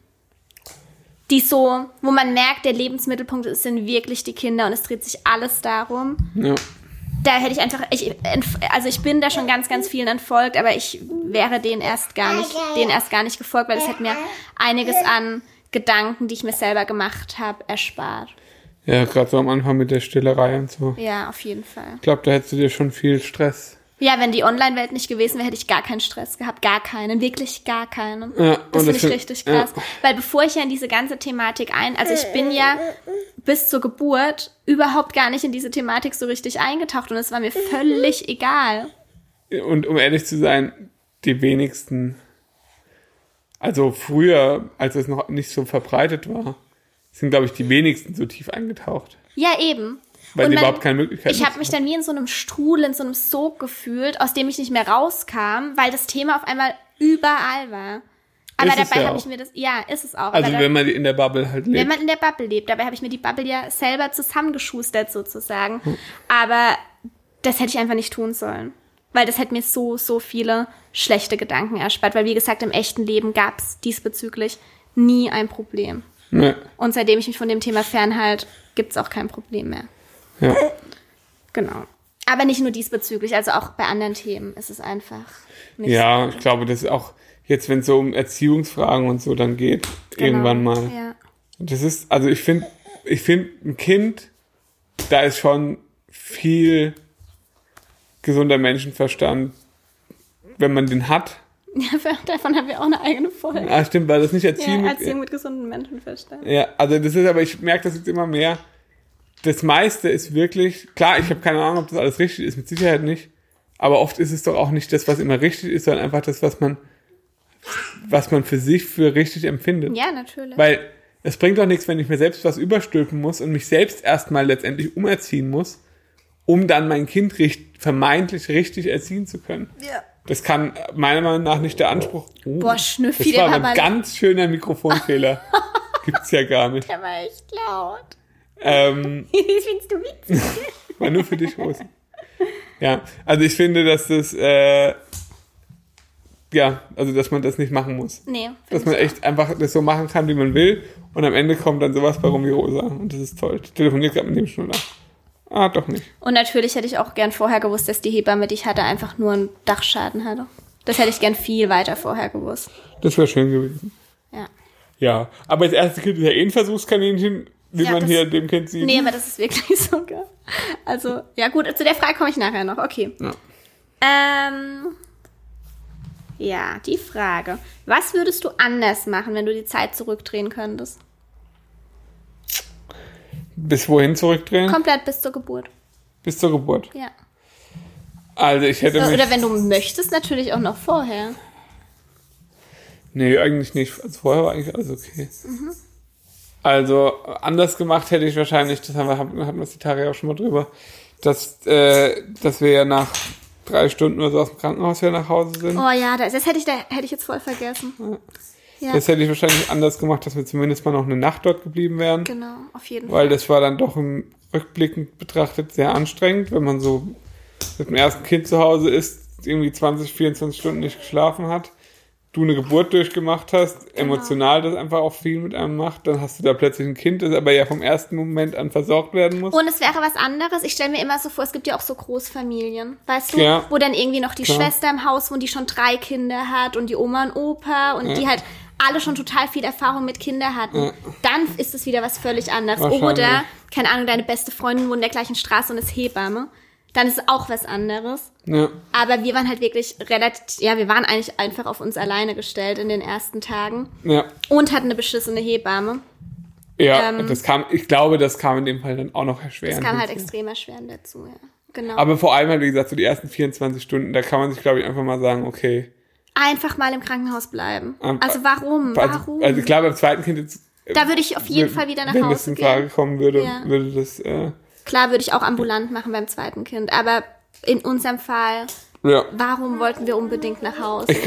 S1: Die so, wo man merkt, der Lebensmittelpunkt ist, sind wirklich die Kinder und es dreht sich alles darum
S2: Ja.
S1: da hätte ich einfach, ich, entf- also ich bin da schon ganz, ganz vielen entfolgt, aber ich wäre denen erst gar nicht, denen erst gar nicht gefolgt, weil es hat mir einiges an Gedanken, die ich mir selber gemacht habe, erspart.
S2: Ja, gerade so am Anfang mit der Stillerei und so.
S1: Ja, auf jeden Fall.
S2: Ich glaube, da hättest du dir schon viel Stress.
S1: Ja, wenn die Online-Welt nicht gewesen wäre, hätte ich gar keinen Stress gehabt. Gar keinen. Wirklich gar keinen.
S2: Ja,
S1: das
S2: und
S1: finde
S2: das
S1: ich
S2: find-
S1: richtig
S2: ja.
S1: krass. Weil bevor ich ja in diese ganze Thematik ein, also ich bin ja bis zur Geburt überhaupt gar nicht in diese Thematik so richtig eingetaucht und es war mir völlig egal.
S2: Und um ehrlich zu sein, die wenigsten, also früher, als es noch nicht so verbreitet war, sind, glaube ich, die wenigsten so tief eingetaucht.
S1: Ja, eben.
S2: Weil
S1: Und
S2: sie
S1: man-
S2: überhaupt keine Möglichkeit
S1: Ich habe mich dann wie in so einem Strudel, in so einem Sog gefühlt, aus dem ich nicht mehr rauskam, weil das Thema auf einmal überall war. Aber
S2: Ist es
S1: dabei
S2: ja
S1: habe ich
S2: auch.
S1: mir das, ja, ist es auch.
S2: Also
S1: aber
S2: wenn man in der Bubble halt lebt.
S1: wenn man in der Bubble lebt. Dabei habe ich mir die Bubble ja selber zusammengeschustert sozusagen.
S2: Hm.
S1: Aber das hätte ich einfach nicht tun sollen. Weil das hätte mir so, so viele schlechte Gedanken erspart. Weil wie gesagt, im echten Leben gab es diesbezüglich nie ein Problem.
S2: Ne.
S1: Und seitdem ich mich von dem Thema fernhalte, gibt es auch kein Problem mehr.
S2: Ja.
S1: Genau. Aber nicht nur diesbezüglich, also auch bei anderen Themen ist es einfach nicht
S2: ja, ich glaube, das ist auch jetzt, wenn es so um Erziehungsfragen und so dann geht,
S1: so. Genau.
S2: irgendwann mal.
S1: Ja. [laughs]
S2: Das ist, also ich finde, ich finde, ein Kind, da ist schon viel gesunder Menschenverstand, wenn man den hat.
S1: Davon haben wir auch eine eigene Folge.
S2: Ah, stimmt, war das nicht
S1: Ja,
S2: Erziehung?
S1: Erziehung mit gesunden Menschenverstand.
S2: Ja, also das ist aber, ich merke das jetzt immer mehr. Das meiste ist wirklich, klar, ich habe keine Ahnung, ob das alles richtig ist, mit Sicherheit nicht. Aber oft ist es doch auch nicht das, was immer richtig ist, sondern einfach das, was man, was man für sich für richtig empfindet.
S1: Ja, natürlich.
S2: Weil es bringt doch nichts, wenn ich mir selbst was überstülpen muss und mich selbst erstmal letztendlich umerziehen muss, um dann mein Kind richt vermeintlich richtig erziehen zu können.
S1: Ja.
S2: Das kann meiner Meinung nach nicht der Anspruch. Oh,
S1: Boah, Schnüffi,
S2: Das
S1: der
S2: war
S1: war
S2: aber
S1: mal-
S2: ein ganz schöner
S1: [laughs]
S2: Mikrofonfehler. Gibt's ja gar nicht.
S1: Der war echt laut. [laughs]
S2: Ähm,
S1: Findest du witzig?
S2: war nur für dich, Rose. Ja, also ich finde, dass das, äh, ja, also dass man das nicht machen muss.
S1: Nee.
S2: Dass man echt einfach das so machen kann, wie man will. Und am Ende kommt dann sowas bei rum wie Rosa. Und das ist toll. Ich telefoniere gerade mit dem Schnuller. Ah, doch nicht.
S1: Und natürlich hätte ich auch gern vorher gewusst, dass die Hebamme, die ich hatte, einfach nur einen Dachschaden hatte. Das hätte ich gern viel weiter vorher gewusst.
S2: Das wäre schön gewesen.
S1: Ja.
S2: Ja, aber das erste Kind ist ja eh ein Versuchskaninchen, wie
S1: Ja,
S2: man
S1: das-
S2: hier dem Kind sieht.
S1: Nee, aber das ist wirklich [laughs] so, gell? Also, ja gut, zu der Frage komme ich nachher noch. Okay.
S2: Ja.
S1: Ähm, ja, die Frage. Was würdest du anders machen, wenn du die Zeit zurückdrehen könntest?
S2: Bis wohin zurückdrehen?
S1: Komplett bis zur Geburt.
S2: Bis zur Geburt.
S1: Ja.
S2: Also ich hätte mich...
S1: Oder wenn du möchtest, natürlich auch noch vorher.
S2: Nee, eigentlich nicht. Also vorher war eigentlich alles okay. Also anders gemacht hätte ich wahrscheinlich, das haben wir, haben- hatten wir uns die Tage auch schon mal drüber, dass, äh, dass wir ja nach drei Stunden oder so aus dem Krankenhaus wieder nach Hause sind.
S1: Oh ja, das, das hätte ich, da, hätte ich jetzt voll
S2: Hm.
S1: vergessen. Ja,
S2: Das hätte ich wahrscheinlich anders gemacht, dass wir zumindest mal noch eine Nacht dort geblieben wären,
S1: genau, auf jeden Fall.
S2: weil das war dann doch im rückblickend betrachtet sehr anstrengend, wenn man so mit dem ersten Kind zu Hause ist, irgendwie 20, 24 Stunden nicht geschlafen hat, du eine Geburt durchgemacht hast,
S1: Genau.
S2: emotional das einfach auch viel mit einem macht, dann hast du da plötzlich ein Kind, das aber ja vom ersten Moment an versorgt werden muss.
S1: Und es wäre was anderes. Ich stelle mir immer so vor, es gibt ja auch so Großfamilien, weißt du,
S2: Ja.
S1: wo dann irgendwie noch die
S2: Klar.
S1: Schwester im Haus wohnt, die schon drei Kinder hat und die Oma und Opa und die halt alle schon total viel Erfahrung mit Kindern hatten. Dann ist es wieder was völlig anderes.
S2: Wahrscheinlich.
S1: Oder, keine Ahnung, deine beste Freundin wohnt in der gleichen Straße und ist Hebamme. Dann ist es auch was anderes.
S2: ja.
S1: Aber wir waren halt wirklich relativ, ja, wir waren eigentlich einfach auf uns alleine gestellt in den ersten Tagen
S2: ja.
S1: und hatten eine beschissene Hebamme.
S2: Ja,
S1: Ähm,
S2: das kam, ich glaube, das kam in dem Fall dann auch noch erschwerend.
S1: Es kam halt
S2: hinzu.
S1: extrem erschwerend dazu, ja. Genau.
S2: Aber vor allem halt, wie gesagt, so die ersten 24 Stunden, da kann man sich, glaube ich, einfach mal sagen, okay.
S1: Einfach mal im Krankenhaus bleiben.
S2: Ähm,
S1: Also warum?
S2: Also,
S1: Warum?
S2: also äh, klar, beim zweiten Kind jetzt.
S1: da würde ich auf jeden
S2: wenn-
S1: Fall wieder nach
S2: wenn das
S1: Hause
S2: in
S1: gehen.
S2: Frage kommen würde,
S1: Ja.
S2: würde das, äh,
S1: Klar würde ich auch ambulant machen beim zweiten Kind, aber in unserem Fall,
S2: ja.
S1: warum wollten wir unbedingt nach Hause?
S2: Ich,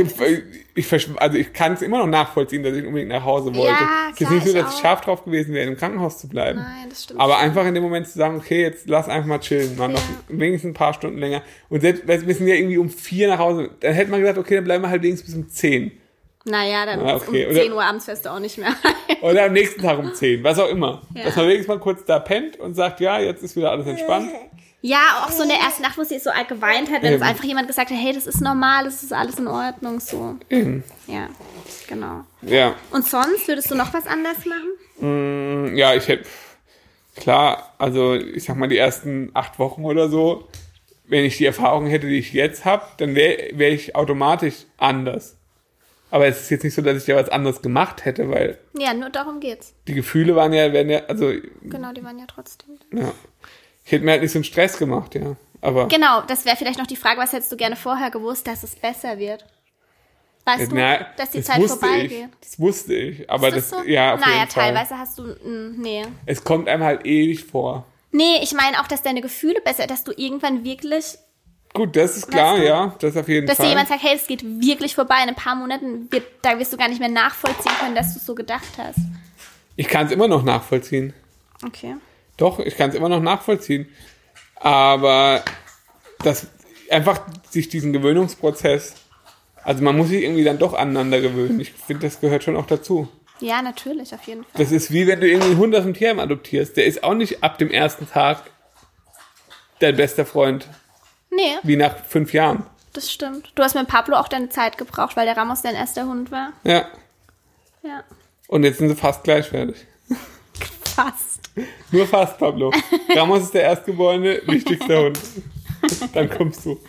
S2: ich, versch- also ich kann es immer noch nachvollziehen, dass ich unbedingt nach Hause wollte.
S1: Ja,
S2: es ist
S1: klar,
S2: nicht so,
S1: ich
S2: dass ich
S1: auch.
S2: scharf drauf gewesen wäre, im Krankenhaus zu bleiben.
S1: Nein, das stimmt.
S2: Aber einfach in dem Moment zu sagen, okay, jetzt lass einfach mal chillen, mal noch
S1: Ja.
S2: wenigstens ein paar Stunden länger. Und selbst, weil wir sind ja irgendwie um vier nach Hause. Dann hätte man gesagt, okay, dann bleiben wir halt wenigstens bis um zehn.
S1: naja, dann
S2: Ah, okay.
S1: um
S2: Oder-
S1: 10 Uhr abends fährst du auch nicht mehr.
S2: Oder am nächsten Tag um zehn, was auch immer.
S1: Ja.
S2: Dass man wenigstens mal kurz da pennt und sagt, ja, jetzt ist wieder alles
S1: [laughs]
S2: entspannt.
S1: ja, auch so in der ersten Nacht, wo sie so arg geweint hat, wenn
S2: Eben.
S1: es einfach jemand gesagt hat, hey, das ist normal, das ist alles in Ordnung, so. Ja, genau.
S2: Ja.
S1: Und sonst würdest du noch was anders machen?
S2: Ja, ich hätte. Klar, also ich sag mal, die ersten acht Wochen oder so, wenn ich die Erfahrung hätte, die ich jetzt hab, dann wäre wär ich automatisch anders. Aber es ist jetzt nicht so, dass ich ja was anderes gemacht hätte, weil
S1: Ja, nur darum geht's.
S2: die Gefühle waren ja, werden ja, also
S1: Genau, die waren ja trotzdem.
S2: ja. Ich hätte mir halt nicht so einen Stress gemacht, ja. Aber
S1: Genau, das wäre vielleicht noch die Frage, was hättest du gerne vorher gewusst, dass es besser wird? Weißt du,
S2: na,
S1: dass die
S2: das
S1: Zeit
S2: wusste
S1: vorbeigeht?
S2: Ich, das wusste ich. Aber
S1: Ist
S2: das, ja, auf
S1: naja,
S2: jeden Fall.
S1: teilweise hast du, mh, nee.
S2: Es kommt einem halt ewig vor.
S1: Nee, ich meine auch, dass deine Gefühle besser, dass du irgendwann wirklich,
S2: Gut, das ist klar,
S1: Weißt du?
S2: ja. Das auf jeden
S1: dass dir
S2: Fall.
S1: jemand sagt, hey, es geht wirklich vorbei. In ein paar Monaten wird, da wirst du gar nicht mehr nachvollziehen können, dass du es so gedacht hast.
S2: ich kann es immer noch nachvollziehen.
S1: Okay.
S2: Doch, ich kann es immer noch nachvollziehen. Aber das einfach sich diesen Gewöhnungsprozess. Also man muss sich irgendwie dann doch aneinander gewöhnen. Ich finde, das gehört schon auch dazu.
S1: Ja, natürlich, auf jeden Fall.
S2: Das ist wie wenn du irgendwie einen Hund aus dem Tierheim adoptierst. Der ist auch nicht ab dem ersten Tag dein bester Freund,
S1: Nee,
S2: wie nach fünf Jahren.
S1: das stimmt. Du hast mit Pablo auch deine Zeit gebraucht, weil der Ramos dein erster Hund war.
S2: Ja.
S1: Ja.
S2: Und jetzt sind sie fast gleichwertig.
S1: Fast.
S2: Nur fast, Pablo. Ramos ist der Erstgeborene, wichtigster Hund. Dann kommst du.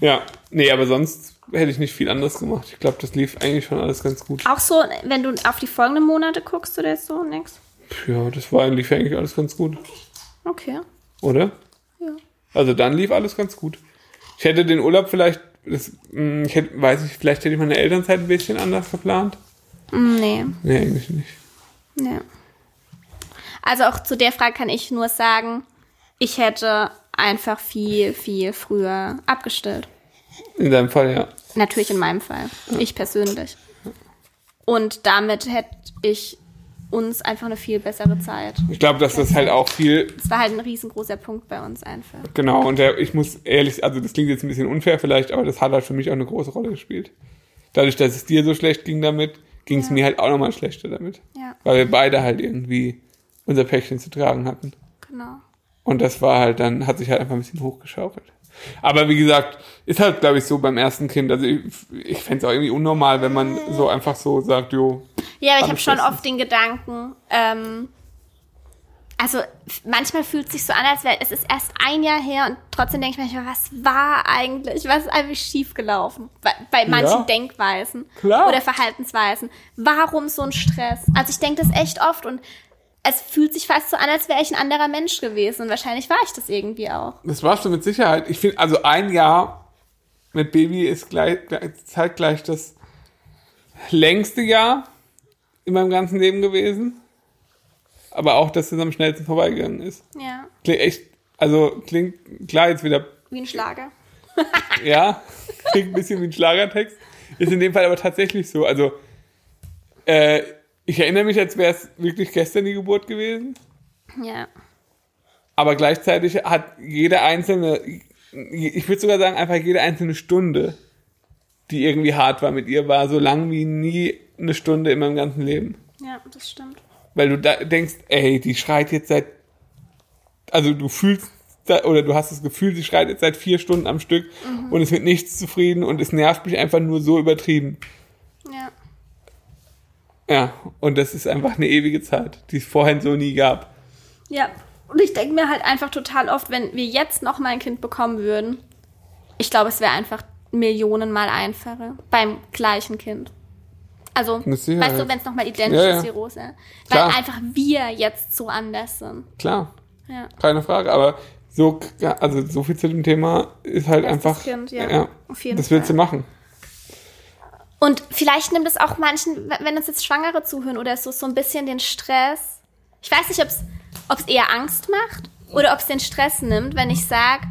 S2: Ja, nee, aber sonst hätte ich nicht viel anders gemacht. Ich glaube, das lief eigentlich schon alles ganz gut.
S1: Auch so, wenn du auf die folgenden Monate guckst oder so, nix.
S2: Ja, das war lief eigentlich alles ganz gut,
S1: Okay.
S2: oder?
S1: Ja.
S2: Also dann lief alles ganz gut. Ich hätte den Urlaub vielleicht, das, mh, ich hätte, weiß nicht, vielleicht hätte ich meine Elternzeit ein bisschen anders geplant.
S1: Mm, Nee,
S2: Nee, eigentlich nicht.
S1: nee. Also auch zu der Frage kann ich nur sagen, ich hätte einfach viel, viel früher abgestellt.
S2: In deinem Fall, ja.
S1: Natürlich in meinem Fall. Ich persönlich. Und damit hätte ich uns einfach eine viel bessere Zeit.
S2: Ich glaube, dass das halt auch viel
S1: Es war halt ein riesengroßer Punkt bei uns einfach.
S2: Genau, und der, ich muss ehrlich, also das klingt jetzt ein bisschen unfair vielleicht, aber das hat halt für mich auch eine große Rolle gespielt. Dadurch, dass es dir so schlecht ging damit, ging es mir halt auch nochmal schlechter damit.
S1: Ja.
S2: Weil wir beide halt irgendwie unser Päckchen zu tragen hatten.
S1: Genau.
S2: Und das war halt dann, hat sich halt einfach ein bisschen hochgeschaukelt. Aber wie gesagt, ist halt, glaube ich, so beim ersten Kind. Also ich, ich fänd's auch irgendwie unnormal, wenn man so einfach so sagt, jo,
S1: Ja, aber ich habe
S2: Alles
S1: schon
S2: bestens.
S1: oft den Gedanken, ähm, also f- manchmal fühlt es sich so an, als wäre es ist erst ein Jahr her und trotzdem denke ich manchmal, was war eigentlich, was ist eigentlich schiefgelaufen bei, bei manchen
S2: Ja.
S1: Denkweisen
S2: Klar.
S1: oder Verhaltensweisen. Warum so ein Stress? Also ich denke das echt oft und es fühlt sich fast so an, als wäre ich ein anderer Mensch gewesen und wahrscheinlich war ich das irgendwie auch.
S2: das warst du mit Sicherheit. Ich finde, also ein Jahr mit Baby ist gleich, gleich- zeitgleich das längste Jahr in meinem ganzen Leben gewesen. Aber auch, dass es am schnellsten vorbeigegangen ist.
S1: Ja,
S2: Klingt echt, also klingt klar jetzt wieder,
S1: wie ein Schlager.
S2: ja, [laughs] klingt ein bisschen wie ein Schlagertext. Ist in dem Fall aber tatsächlich so. Also, äh, ich erinnere mich, als wäre es wirklich gestern die Geburt gewesen.
S1: Ja,
S2: Aber gleichzeitig hat jede einzelne, ich würde sogar sagen, einfach jede einzelne Stunde, die irgendwie hart war mit ihr, war so lang wie nie eine Stunde in meinem ganzen Leben.
S1: ja, das stimmt.
S2: Weil du da denkst, ey, die schreit jetzt seit, also du fühlst, da- oder du hast das Gefühl, sie schreit jetzt seit vier Stunden am Stück und ist mit nichts zufrieden und es nervt mich einfach nur so übertrieben.
S1: Ja,
S2: Ja, und das ist einfach eine ewige Zeit, die es vorhin so nie gab.
S1: Ja, und ich denke mir halt einfach total oft, wenn wir jetzt noch mal ein Kind bekommen würden, ich glaube, es wäre einfach Millionenmal einfacher beim gleichen Kind. Also,
S2: Mit
S1: weißt
S2: Sicherheit.
S1: du, wenn es nochmal identisch
S2: Ja, ja.
S1: ist, die Rose. Weil
S2: Klar.
S1: einfach wir jetzt so anders sind.
S2: Klar.
S1: Ja.
S2: keine Frage, aber so, also so viel zu dem Thema ist halt
S1: Bestes
S2: einfach.
S1: Kind, ja. Auf jeden
S2: das willst du
S1: Fall.
S2: machen.
S1: Und vielleicht nimmt es auch manchen, wenn uns jetzt Schwangere zuhören oder so, so ein bisschen den Stress. Ich weiß nicht, ob es ob es eher Angst macht oder ob es den Stress nimmt, wenn ich sage,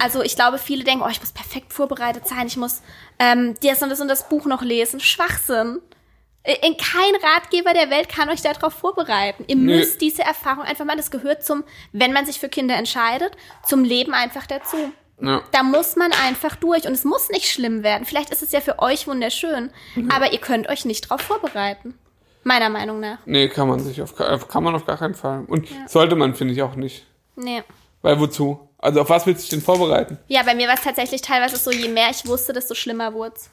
S1: also ich glaube, viele denken, oh, ich muss perfekt vorbereitet sein, ich muss ähm, das und das und das Buch noch lesen. Schwachsinn. Äh, In kein Ratgeber der Welt kann euch darauf vorbereiten. Ihr
S2: Nö.
S1: müsst diese Erfahrung einfach mal, das gehört zum, wenn man sich für Kinder entscheidet, zum Leben einfach dazu.
S2: Ja.
S1: Da muss man einfach durch und es muss nicht schlimm werden. Vielleicht ist es ja für euch wunderschön,
S2: Mhm.
S1: aber ihr könnt euch nicht darauf vorbereiten. Meiner Meinung nach.
S2: Nee, kann man sich auf, ka- kann man auf gar keinen Fall. Und sollte man, finde ich, auch nicht.
S1: Nee.
S2: Weil wozu? Also auf was willst du dich denn vorbereiten?
S1: Ja, bei mir war es tatsächlich teilweise so, je mehr ich wusste, desto schlimmer wurde es.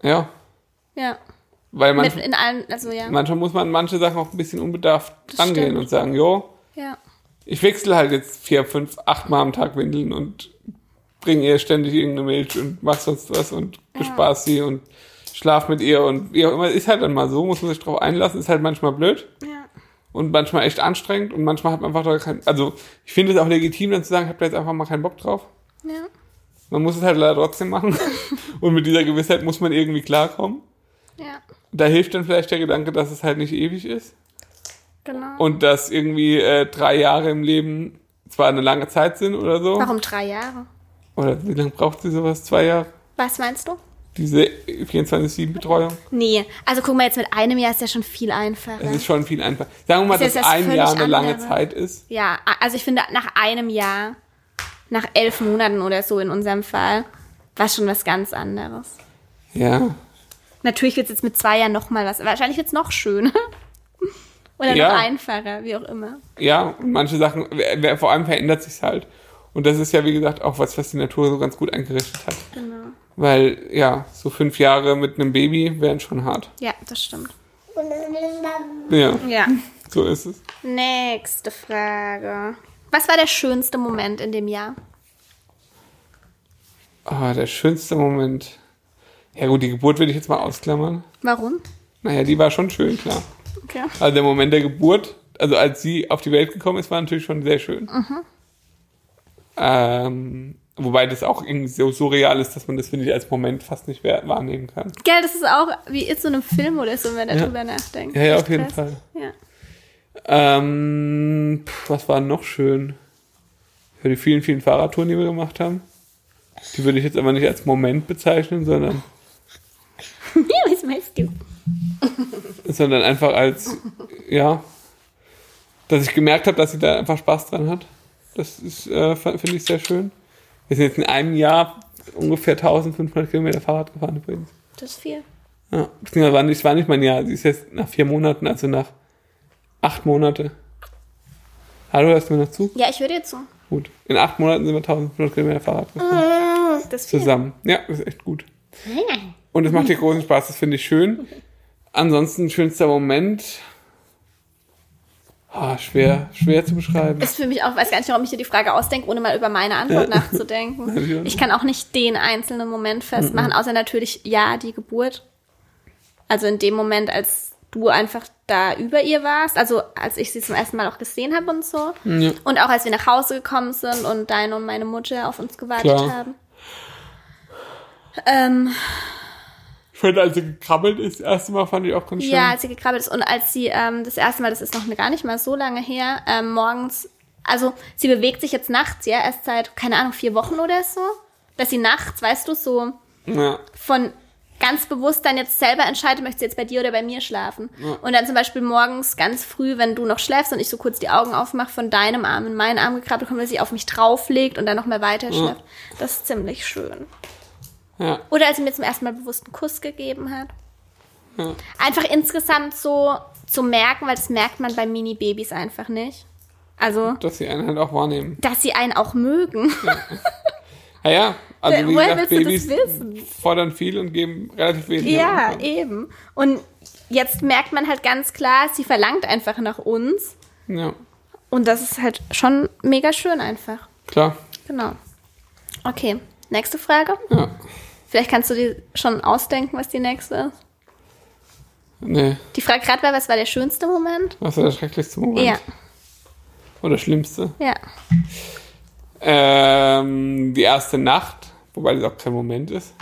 S2: Ja.
S1: Ja.
S2: Weil
S1: Mit
S2: manch,
S1: in allen, also ja.
S2: manchmal muss man an manche Sachen auch ein bisschen unbedarft
S1: Das
S2: rangehen
S1: stimmt.
S2: und sagen, jo,
S1: Ja.
S2: ich wechsle halt jetzt vier, fünf, acht Mal am Tag Windeln und bringe ihr ständig irgendeine Milch und mach sonst was und bespaß sie und schlaf mit ihr und wie auch immer. Ist halt dann mal so, muss man sich drauf einlassen, ist halt manchmal blöd.
S1: Ja.
S2: und manchmal echt anstrengend und manchmal hat man einfach da kein, also ich finde es auch legitim dann zu sagen, ich habe da jetzt einfach mal keinen Bock drauf.
S1: Ja.
S2: Man muss es halt leider trotzdem machen und mit dieser Gewissheit muss man irgendwie klarkommen.
S1: Ja.
S2: Da hilft dann vielleicht der Gedanke, dass es halt nicht ewig ist
S1: Genau.
S2: und dass irgendwie äh, drei Jahre im Leben zwar eine lange Zeit sind oder so.
S1: Warum drei Jahre?
S2: Oder wie lange braucht sie sowas? Zwei Jahre?
S1: Was meinst du?
S2: Diese 24-7-Betreuung?
S1: Nee, also guck mal, jetzt mit einem Jahr ist ja schon viel einfacher.
S2: Es ist schon viel einfacher. Sagen wir mal,
S1: Es ist
S2: dass
S1: das
S2: ein
S1: völlig
S2: Jahr eine lange
S1: andere.
S2: Zeit ist.
S1: Ja, a- also ich finde, nach einem Jahr, nach elf Monaten oder so in unserem Fall, war schon was ganz anderes.
S2: Ja.
S1: Natürlich wird's jetzt mit zwei Jahren nochmal was, wahrscheinlich wird's noch schöner. [laughs] oder
S2: Ja.
S1: noch einfacher, wie auch immer.
S2: Ja, und manche Sachen, wer- wer- vor allem verändert sich halt. Und das ist ja, wie gesagt, auch was, was die Natur so ganz gut eingerichtet hat.
S1: Genau.
S2: Weil, ja, so fünf Jahre mit einem Baby wären schon hart.
S1: Ja, das stimmt.
S2: Ja,
S1: Ja.
S2: so ist es.
S1: Nächste Frage. Was war der schönste Moment in dem Jahr?
S2: Ah, der schönste Moment. Ja gut, die Geburt würde ich jetzt mal ausklammern.
S1: Warum?
S2: Naja, die war schon schön, klar.
S1: Okay.
S2: Also der Moment der Geburt, also als sie auf die Welt gekommen ist, war natürlich schon sehr schön. Ähm, wobei das auch irgendwie so surreal ist, dass man das, finde ich, als Moment fast nicht wahr- wahrnehmen kann.
S1: Gell, das ist auch wie in so einem Film oder so, wenn man
S2: Ja.
S1: darüber nachdenkt.
S2: Ja, ja,
S1: Echt
S2: auf jeden
S1: krass.
S2: Fall.
S1: Ja. [laughs]
S2: Ähm, pf, was war noch schön? Für die vielen, vielen Fahrradtouren, die wir gemacht haben. Die würde ich jetzt aber nicht als Moment bezeichnen, sondern,
S1: Was meinst du?
S2: sondern einfach als, ja, dass ich gemerkt habe, dass sie da einfach Spaß dran hat. Das ist, äh, fa- finde ich sehr schön. Wir sind jetzt in einem Jahr ungefähr 1500 Kilometer Fahrrad gefahren übrigens.
S1: Das ist viel.
S2: Ja, beziehungsweise war nicht, es war nicht mein Jahr. Sie ist jetzt nach vier Monaten, also nach acht Monate. Hallo, hörst du mir noch zu?
S1: Ja, ich höre dir zu.
S2: Gut. In acht Monaten sind wir 1500 Kilometer Fahrrad gefahren.
S1: Das ist viel.
S2: Zusammen. Ja, das ist echt gut. Und es macht dir großen Spaß, das finde ich schön. Ansonsten, schönster Moment. Ah, schwer, schwer zu beschreiben.
S1: Ist für mich auch, weiß gar nicht, warum ich hier die Frage ausdenke, ohne mal über meine Antwort
S2: Ja. [laughs] Ja. Mhm.
S1: nachzudenken. Ich kann auch nicht den einzelnen Moment festmachen, außer natürlich, ja, die Geburt. Also in dem Moment, als du einfach da über ihr warst, also als ich sie zum ersten Mal auch gesehen habe und so.
S2: Ja.
S1: Und auch als wir nach Hause gekommen sind und deine und meine Mutter auf uns gewartet
S2: Klar.
S1: haben. Ähm,
S2: Ich fand, als sie gekrabbelt ist, das erste Mal fand ich auch ganz schön.
S1: Ja, als sie gekrabbelt ist und als sie ähm, das erste Mal, das ist noch gar nicht mal so lange her, ähm, morgens, also sie bewegt sich jetzt nachts, ja, erst seit, keine Ahnung, vier Wochen oder so, dass sie nachts, weißt du, so
S2: Ja.
S1: von ganz bewusst dann jetzt selber entscheidet, möchte sie jetzt bei dir oder bei mir schlafen.
S2: Ja.
S1: Und dann zum Beispiel morgens ganz früh, wenn du noch schläfst und ich so kurz die Augen aufmache, von deinem Arm in meinen Arm gekrabbelt kommt, weil sie auf mich drauflegt und dann nochmal weiter schläft. Das ist ziemlich schön.
S2: ja.
S1: Oder als sie mir zum ersten Mal bewusst einen Kuss gegeben hat.
S2: Ja.
S1: Einfach insgesamt so zu merken, weil das merkt man bei Mini-Babys einfach nicht. Also,
S2: Dass sie einen halt auch wahrnehmen.
S1: dass sie einen auch mögen.
S2: Ja, ja. Also, wie
S1: Woher
S2: gesagt,
S1: willst du das
S2: Babys
S1: wissen?
S2: fordern viel und geben relativ
S1: [laughs]
S2: wenig.
S1: Ja,
S2: Ja,
S1: eben. Und jetzt merkt man halt ganz klar, sie verlangt einfach nach uns.
S2: ja.
S1: Und das ist halt schon mega schön einfach.
S2: Klar.
S1: Genau. Okay, nächste Frage.
S2: Ja.
S1: Vielleicht kannst du dir schon ausdenken, was die nächste ist.
S2: Nee.
S1: Die Frage gerade war, was war der schönste Moment?
S2: Was war der schrecklichste Moment?
S1: Ja,
S2: Oder schlimmste?
S1: ja.
S2: Ähm, die erste Nacht, wobei das auch kein Moment ist.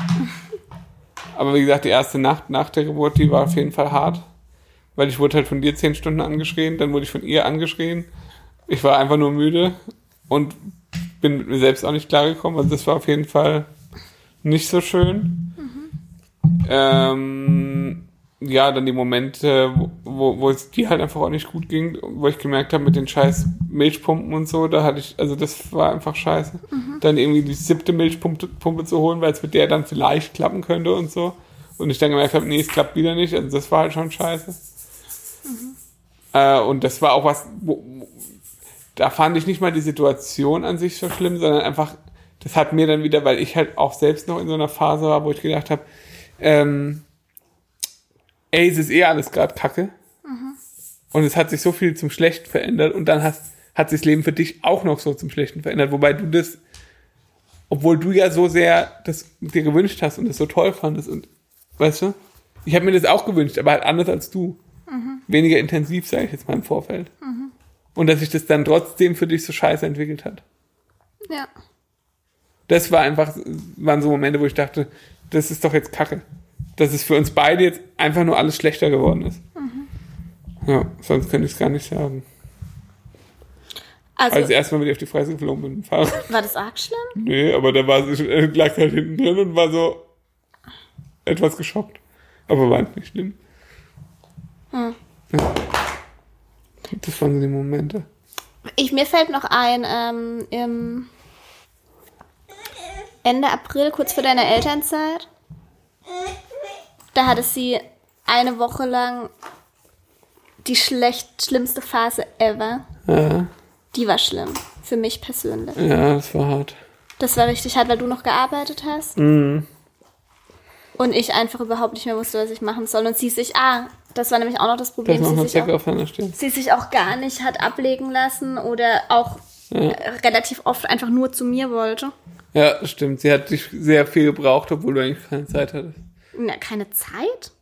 S2: Aber wie gesagt, die erste Nacht nach der Geburt, die war auf jeden Fall hart. Weil ich wurde halt von dir zehn Stunden angeschrien, dann wurde ich von ihr angeschrien. Ich war einfach nur müde und bin mit mir selbst auch nicht klargekommen. Also das war auf jeden Fall nicht so schön. Ähm, ja, dann die Momente, wo- wo, wo es dir halt einfach auch nicht gut ging, wo ich gemerkt habe, mit den scheiß Milchpumpen und so, da hatte ich, also das war einfach scheiße. Dann irgendwie die siebte Milchpumpe Pumpe zu holen, weil es mit der dann vielleicht klappen könnte und so. Und ich dann gemerkt habe, nee, es klappt wieder nicht, also das war halt schon scheiße. Äh, und das war auch was, wo, wo- da fand ich nicht mal die Situation an sich so schlimm, sondern einfach, das hat mir dann wieder, weil ich halt auch selbst noch in so einer Phase war, wo ich gedacht habe, ähm, ey, es ist eh alles gerade kacke. Und es hat sich so viel zum Schlechten verändert und dann hast, hat sich das Leben für dich auch noch so zum Schlechten verändert, wobei du das, obwohl du ja so sehr das dir gewünscht hast und das so toll fandest und, weißt du, ich habe mir das auch gewünscht, aber halt anders als du. Weniger intensiv, sage ich jetzt mal im Vorfeld. Und dass sich das dann trotzdem für dich so scheiße entwickelt hat
S1: Ja.
S2: das war einfach, waren so Momente, wo ich dachte, das
S1: Mhm.
S2: ist doch jetzt Kacke. Dass es für uns beide jetzt einfach nur alles schlechter geworden ist. Ja, sonst könnte ich es gar nicht sagen.
S1: Also,
S2: Als ich erstmal bin ich auf die Fresse geflogen mit dem Fahrrad. [laughs]
S1: war das arg schlimm?
S2: Nee, aber da war sie, äh, lag halt hinten drin und war so etwas geschockt. Aber war halt nicht schlimm.
S1: Hm.
S2: Ja. Das waren so die Momente.
S1: Ich, mir fällt noch ein, ähm, im Ende April, kurz vor deiner Elternzeit, da hatte sie eine Woche lang die schlecht, schlimmste Phase ever.
S2: Ja,
S1: Die war schlimm. Für mich persönlich.
S2: ja, das war hart.
S1: Das war richtig hart, weil du noch gearbeitet hast.
S2: Mhm.
S1: Und ich einfach überhaupt nicht mehr wusste, was ich machen soll. Und sie sich, ah, das war nämlich auch noch das
S2: Da ist
S1: Problem.
S2: noch
S1: sie
S2: eine
S1: sich auch
S2: Zecke aufeinander stehen.
S1: sie sich auch gar nicht hat ablegen lassen oder auch äh, relativ oft einfach nur zu mir wollte.
S2: Ja, stimmt. Sie hat dich sehr viel gebraucht, obwohl du eigentlich keine Zeit hattest.
S1: Na, keine Zeit?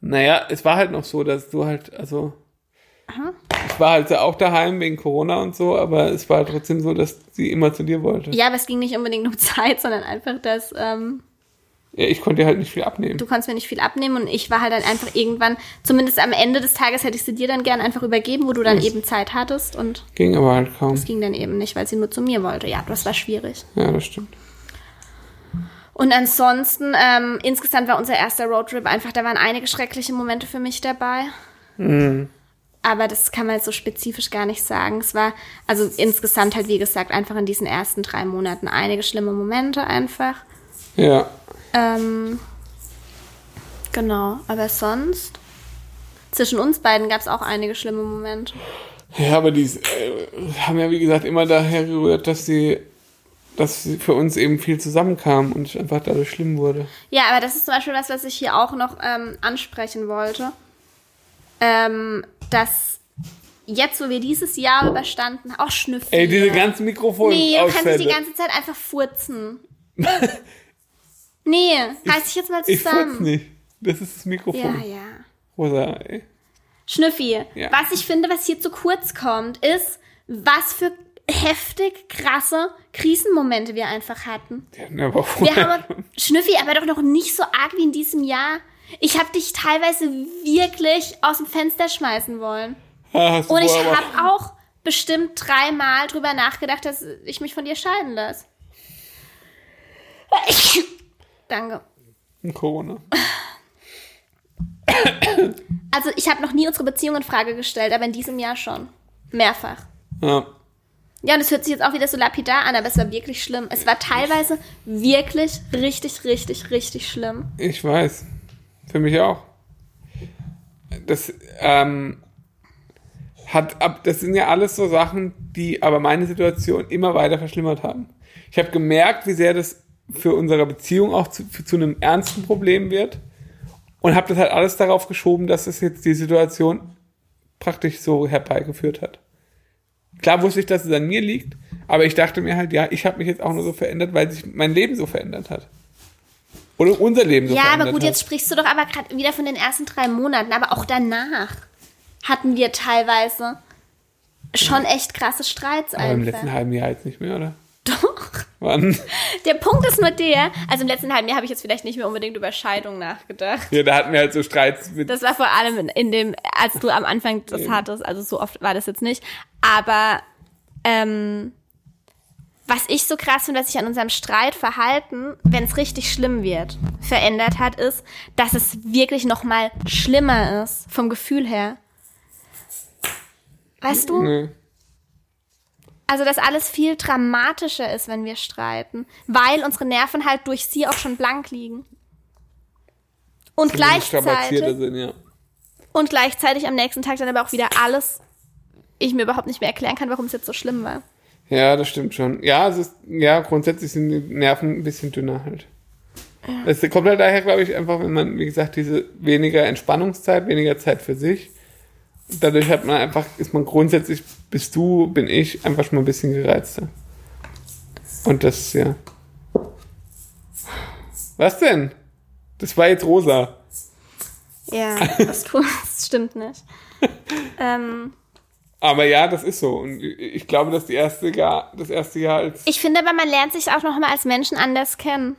S2: Naja, es war halt noch so, dass du halt, also. Ich war halt auch daheim wegen Corona und so, aber es war trotzdem so, dass sie immer zu dir wollte.
S1: Ja, aber es ging nicht unbedingt um [laughs] Zeit, sondern einfach, dass ähm,
S2: Ja, ich konnte ihr halt nicht viel abnehmen.
S1: du konntest mir nicht viel abnehmen und ich war halt dann einfach irgendwann, zumindest am Ende des Tages hätte ich sie dir dann gern einfach übergeben, wo du dann eben Zeit hattest und
S2: Ging aber halt kaum.
S1: es ging dann eben nicht, weil sie nur zu mir wollte. Ja, das war schwierig.
S2: Ja, das stimmt.
S1: Und ansonsten, ähm, insgesamt war unser erster Roadtrip einfach, da waren einige schreckliche Momente für mich dabei. Aber das kann man jetzt so spezifisch gar nicht sagen. Es war, also insgesamt halt, wie gesagt, einfach in diesen ersten drei Monaten einige schlimme Momente einfach.
S2: Ja.
S1: Ähm, genau, aber sonst, zwischen uns beiden gab es auch einige schlimme Momente.
S2: Ja, aber die äh, haben ja, wie gesagt, immer daher gerührt, dass sie, dass sie für uns eben viel zusammenkam und es einfach dadurch schlimm wurde.
S1: Ja, aber das ist zum Beispiel was, was ich hier auch noch ähm, ansprechen wollte. Ähm, dass jetzt, wo wir dieses Jahr überstanden, auch schnüffeln.
S2: Ey, diese ganzen
S1: Nee, du kannst dich die
S2: Mikrofonausfälle.
S1: ganze Zeit einfach
S2: [laughs]
S1: furzen. nee, reiß dich jetzt mal
S2: Ich
S1: zusammen.
S2: furz nicht. Das ist das
S1: ja,
S2: Mikrofon.
S1: ja.
S2: Rosa, ey.
S1: Schnüffi,
S2: Ja.
S1: was ich finde, was hier zu kurz kommt, ist, was für heftig krasse Krisenmomente wir einfach hatten.
S2: Die hatten aber auch
S1: Wir haben Schnüffi, aber doch noch nicht so arg wie in diesem Jahr. Ich habe dich teilweise wirklich aus dem Fenster schmeißen wollen.
S2: Ah, hast du
S1: Und ich
S2: wohl aber-
S1: habe auch bestimmt dreimal drüber nachgedacht, dass ich mich von dir scheiden lasse. [laughs] Danke.
S2: Corona.
S1: Also ich habe noch nie unsere Beziehung in Frage gestellt, aber in diesem Jahr schon. Mehrfach.
S2: Ja.
S1: Ja, und es hört sich jetzt auch wieder so lapidar an, aber es war wirklich schlimm. Es war teilweise wirklich richtig, richtig, richtig schlimm.
S2: Ich weiß. Für mich auch. Das ähm, hat ab, das sind ja alles so Sachen, die aber meine Situation immer weiter verschlimmert haben. Ich habe gemerkt, wie sehr das für unsere Beziehung auch zu, für, zu einem ernsten Problem wird und habe das halt alles darauf geschoben, dass es jetzt die Situation praktisch so herbeigeführt hat. Klar wusste ich, dass es an mir liegt, aber ich dachte mir halt, ja, ich habe mich jetzt auch nur so verändert, weil sich mein Leben so verändert hat. Oder unser Leben so
S1: Ja,
S2: verändert
S1: aber gut,
S2: hat.
S1: jetzt sprichst du doch aber gerade wieder von den ersten drei Monaten. Aber auch danach hatten wir teilweise schon echt krasse Streits
S2: Aber im
S1: einfach.
S2: letzten halben Jahr jetzt nicht mehr, oder?
S1: Doch.
S2: Wann? [laughs]
S1: Der Punkt ist nur der, also im letzten halben Jahr habe ich jetzt vielleicht nicht mehr unbedingt über Scheidung nachgedacht.
S2: Ja, da hatten wir halt so Streits mit.
S1: Das war vor allem in, in dem, als du am Anfang das hattest, also so oft war das jetzt nicht. Aber ähm, was ich so krass finde, was sich an unserem Streitverhalten, wenn es richtig schlimm wird, verändert hat, ist, dass es wirklich noch mal schlimmer ist vom Gefühl her. Weißt du?
S2: Nee.
S1: Also, dass alles viel dramatischer ist, wenn wir streiten, weil unsere Nerven halt durch sie auch schon blank liegen. Und
S2: Strapazierter
S1: gleichzeitig,
S2: sind, ja.
S1: und gleichzeitig am nächsten Tag dann aber auch wieder alles, ich mir überhaupt nicht mehr erklären kann, warum es jetzt so schlimm war.
S2: Ja, das stimmt schon. Ja, es ist, ja, grundsätzlich sind die Nerven ein bisschen dünner halt. Es kommt halt daher, glaube ich, einfach, wenn man, wie gesagt, diese weniger Entspannungszeit, weniger Zeit für sich. Dadurch hat man einfach, ist man grundsätzlich, bist du, bin ich, einfach schon mal ein bisschen gereizter. Und das, ja. Was denn? Das war jetzt rosa.
S1: Ja, das, tut, das stimmt nicht. ähm,
S2: Aber ja, das ist so. Und ich glaube, dass die erste Jahr, das erste Jahr als
S1: ich finde aber, man lernt sich auch noch mal als Menschen anders kennen.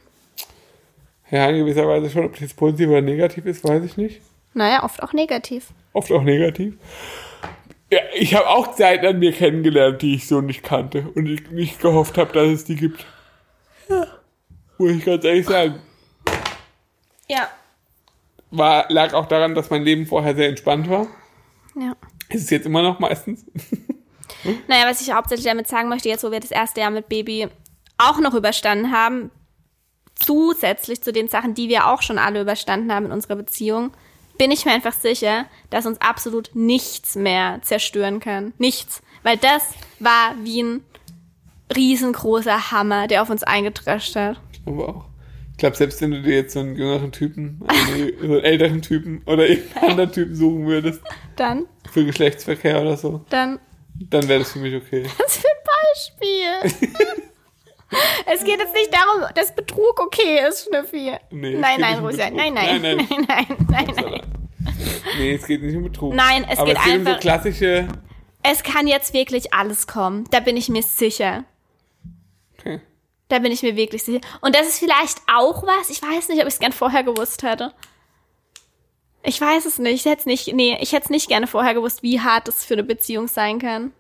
S2: ja, in gewisser Weise schon, ob das jetzt positiv oder negativ ist, weiß ich nicht.
S1: Naja, oft auch negativ.
S2: oft auch negativ. Ja, ich habe auch Seiten an mir kennengelernt, die ich so nicht kannte und ich nicht gehofft habe, dass es die gibt. Muss ich ganz ehrlich sagen.
S1: Ja.
S2: War, lag auch daran, dass mein Leben vorher sehr entspannt war.
S1: Ja.
S2: Ist es jetzt immer noch meistens.
S1: Naja, was ich hauptsächlich damit sagen möchte, jetzt wo wir das erste Jahr mit Baby auch noch überstanden haben, zusätzlich zu den Sachen, die wir auch schon alle überstanden haben in unserer Beziehung, bin ich mir einfach sicher, dass uns absolut nichts mehr zerstören kann. Nichts. Weil das war wie ein riesengroßer Hammer, der auf uns eingedrescht hat.
S2: Aber auch. Ich glaube, selbst wenn du dir jetzt so einen jüngeren Typen, eine, so einen älteren Typen oder [laughs] eben einen anderen Typen suchen würdest
S1: Dann,
S2: für Geschlechtsverkehr oder so,
S1: dann,
S2: dann wäre das für mich okay.
S1: was für ein Beispiel.
S2: [laughs]
S1: es geht jetzt nicht darum, dass Betrug okay ist, Schnüffi.
S2: Nee,
S1: nein,
S2: es geht
S1: nein,
S2: nicht um
S1: Rosa.
S2: Betrug.
S1: Nein, nein,
S2: Nein,
S1: [laughs] nein, nein, nein, nein.
S2: Sondern- Nee, es geht nicht um Betrug.
S1: Nein, es
S2: Aber
S1: geht
S2: es geht um so
S1: einfach-
S2: klassische.
S1: Es kann jetzt wirklich alles kommen. Da bin ich mir sicher.
S2: Okay.
S1: Da bin ich mir wirklich sicher. Und das ist vielleicht auch was. Ich weiß nicht, ob ich es gern vorher gewusst hätte. Ich weiß es nicht. Ich hätte es nicht, nee, ich hätte es nicht gerne vorher gewusst, wie hart es für eine Beziehung sein kann.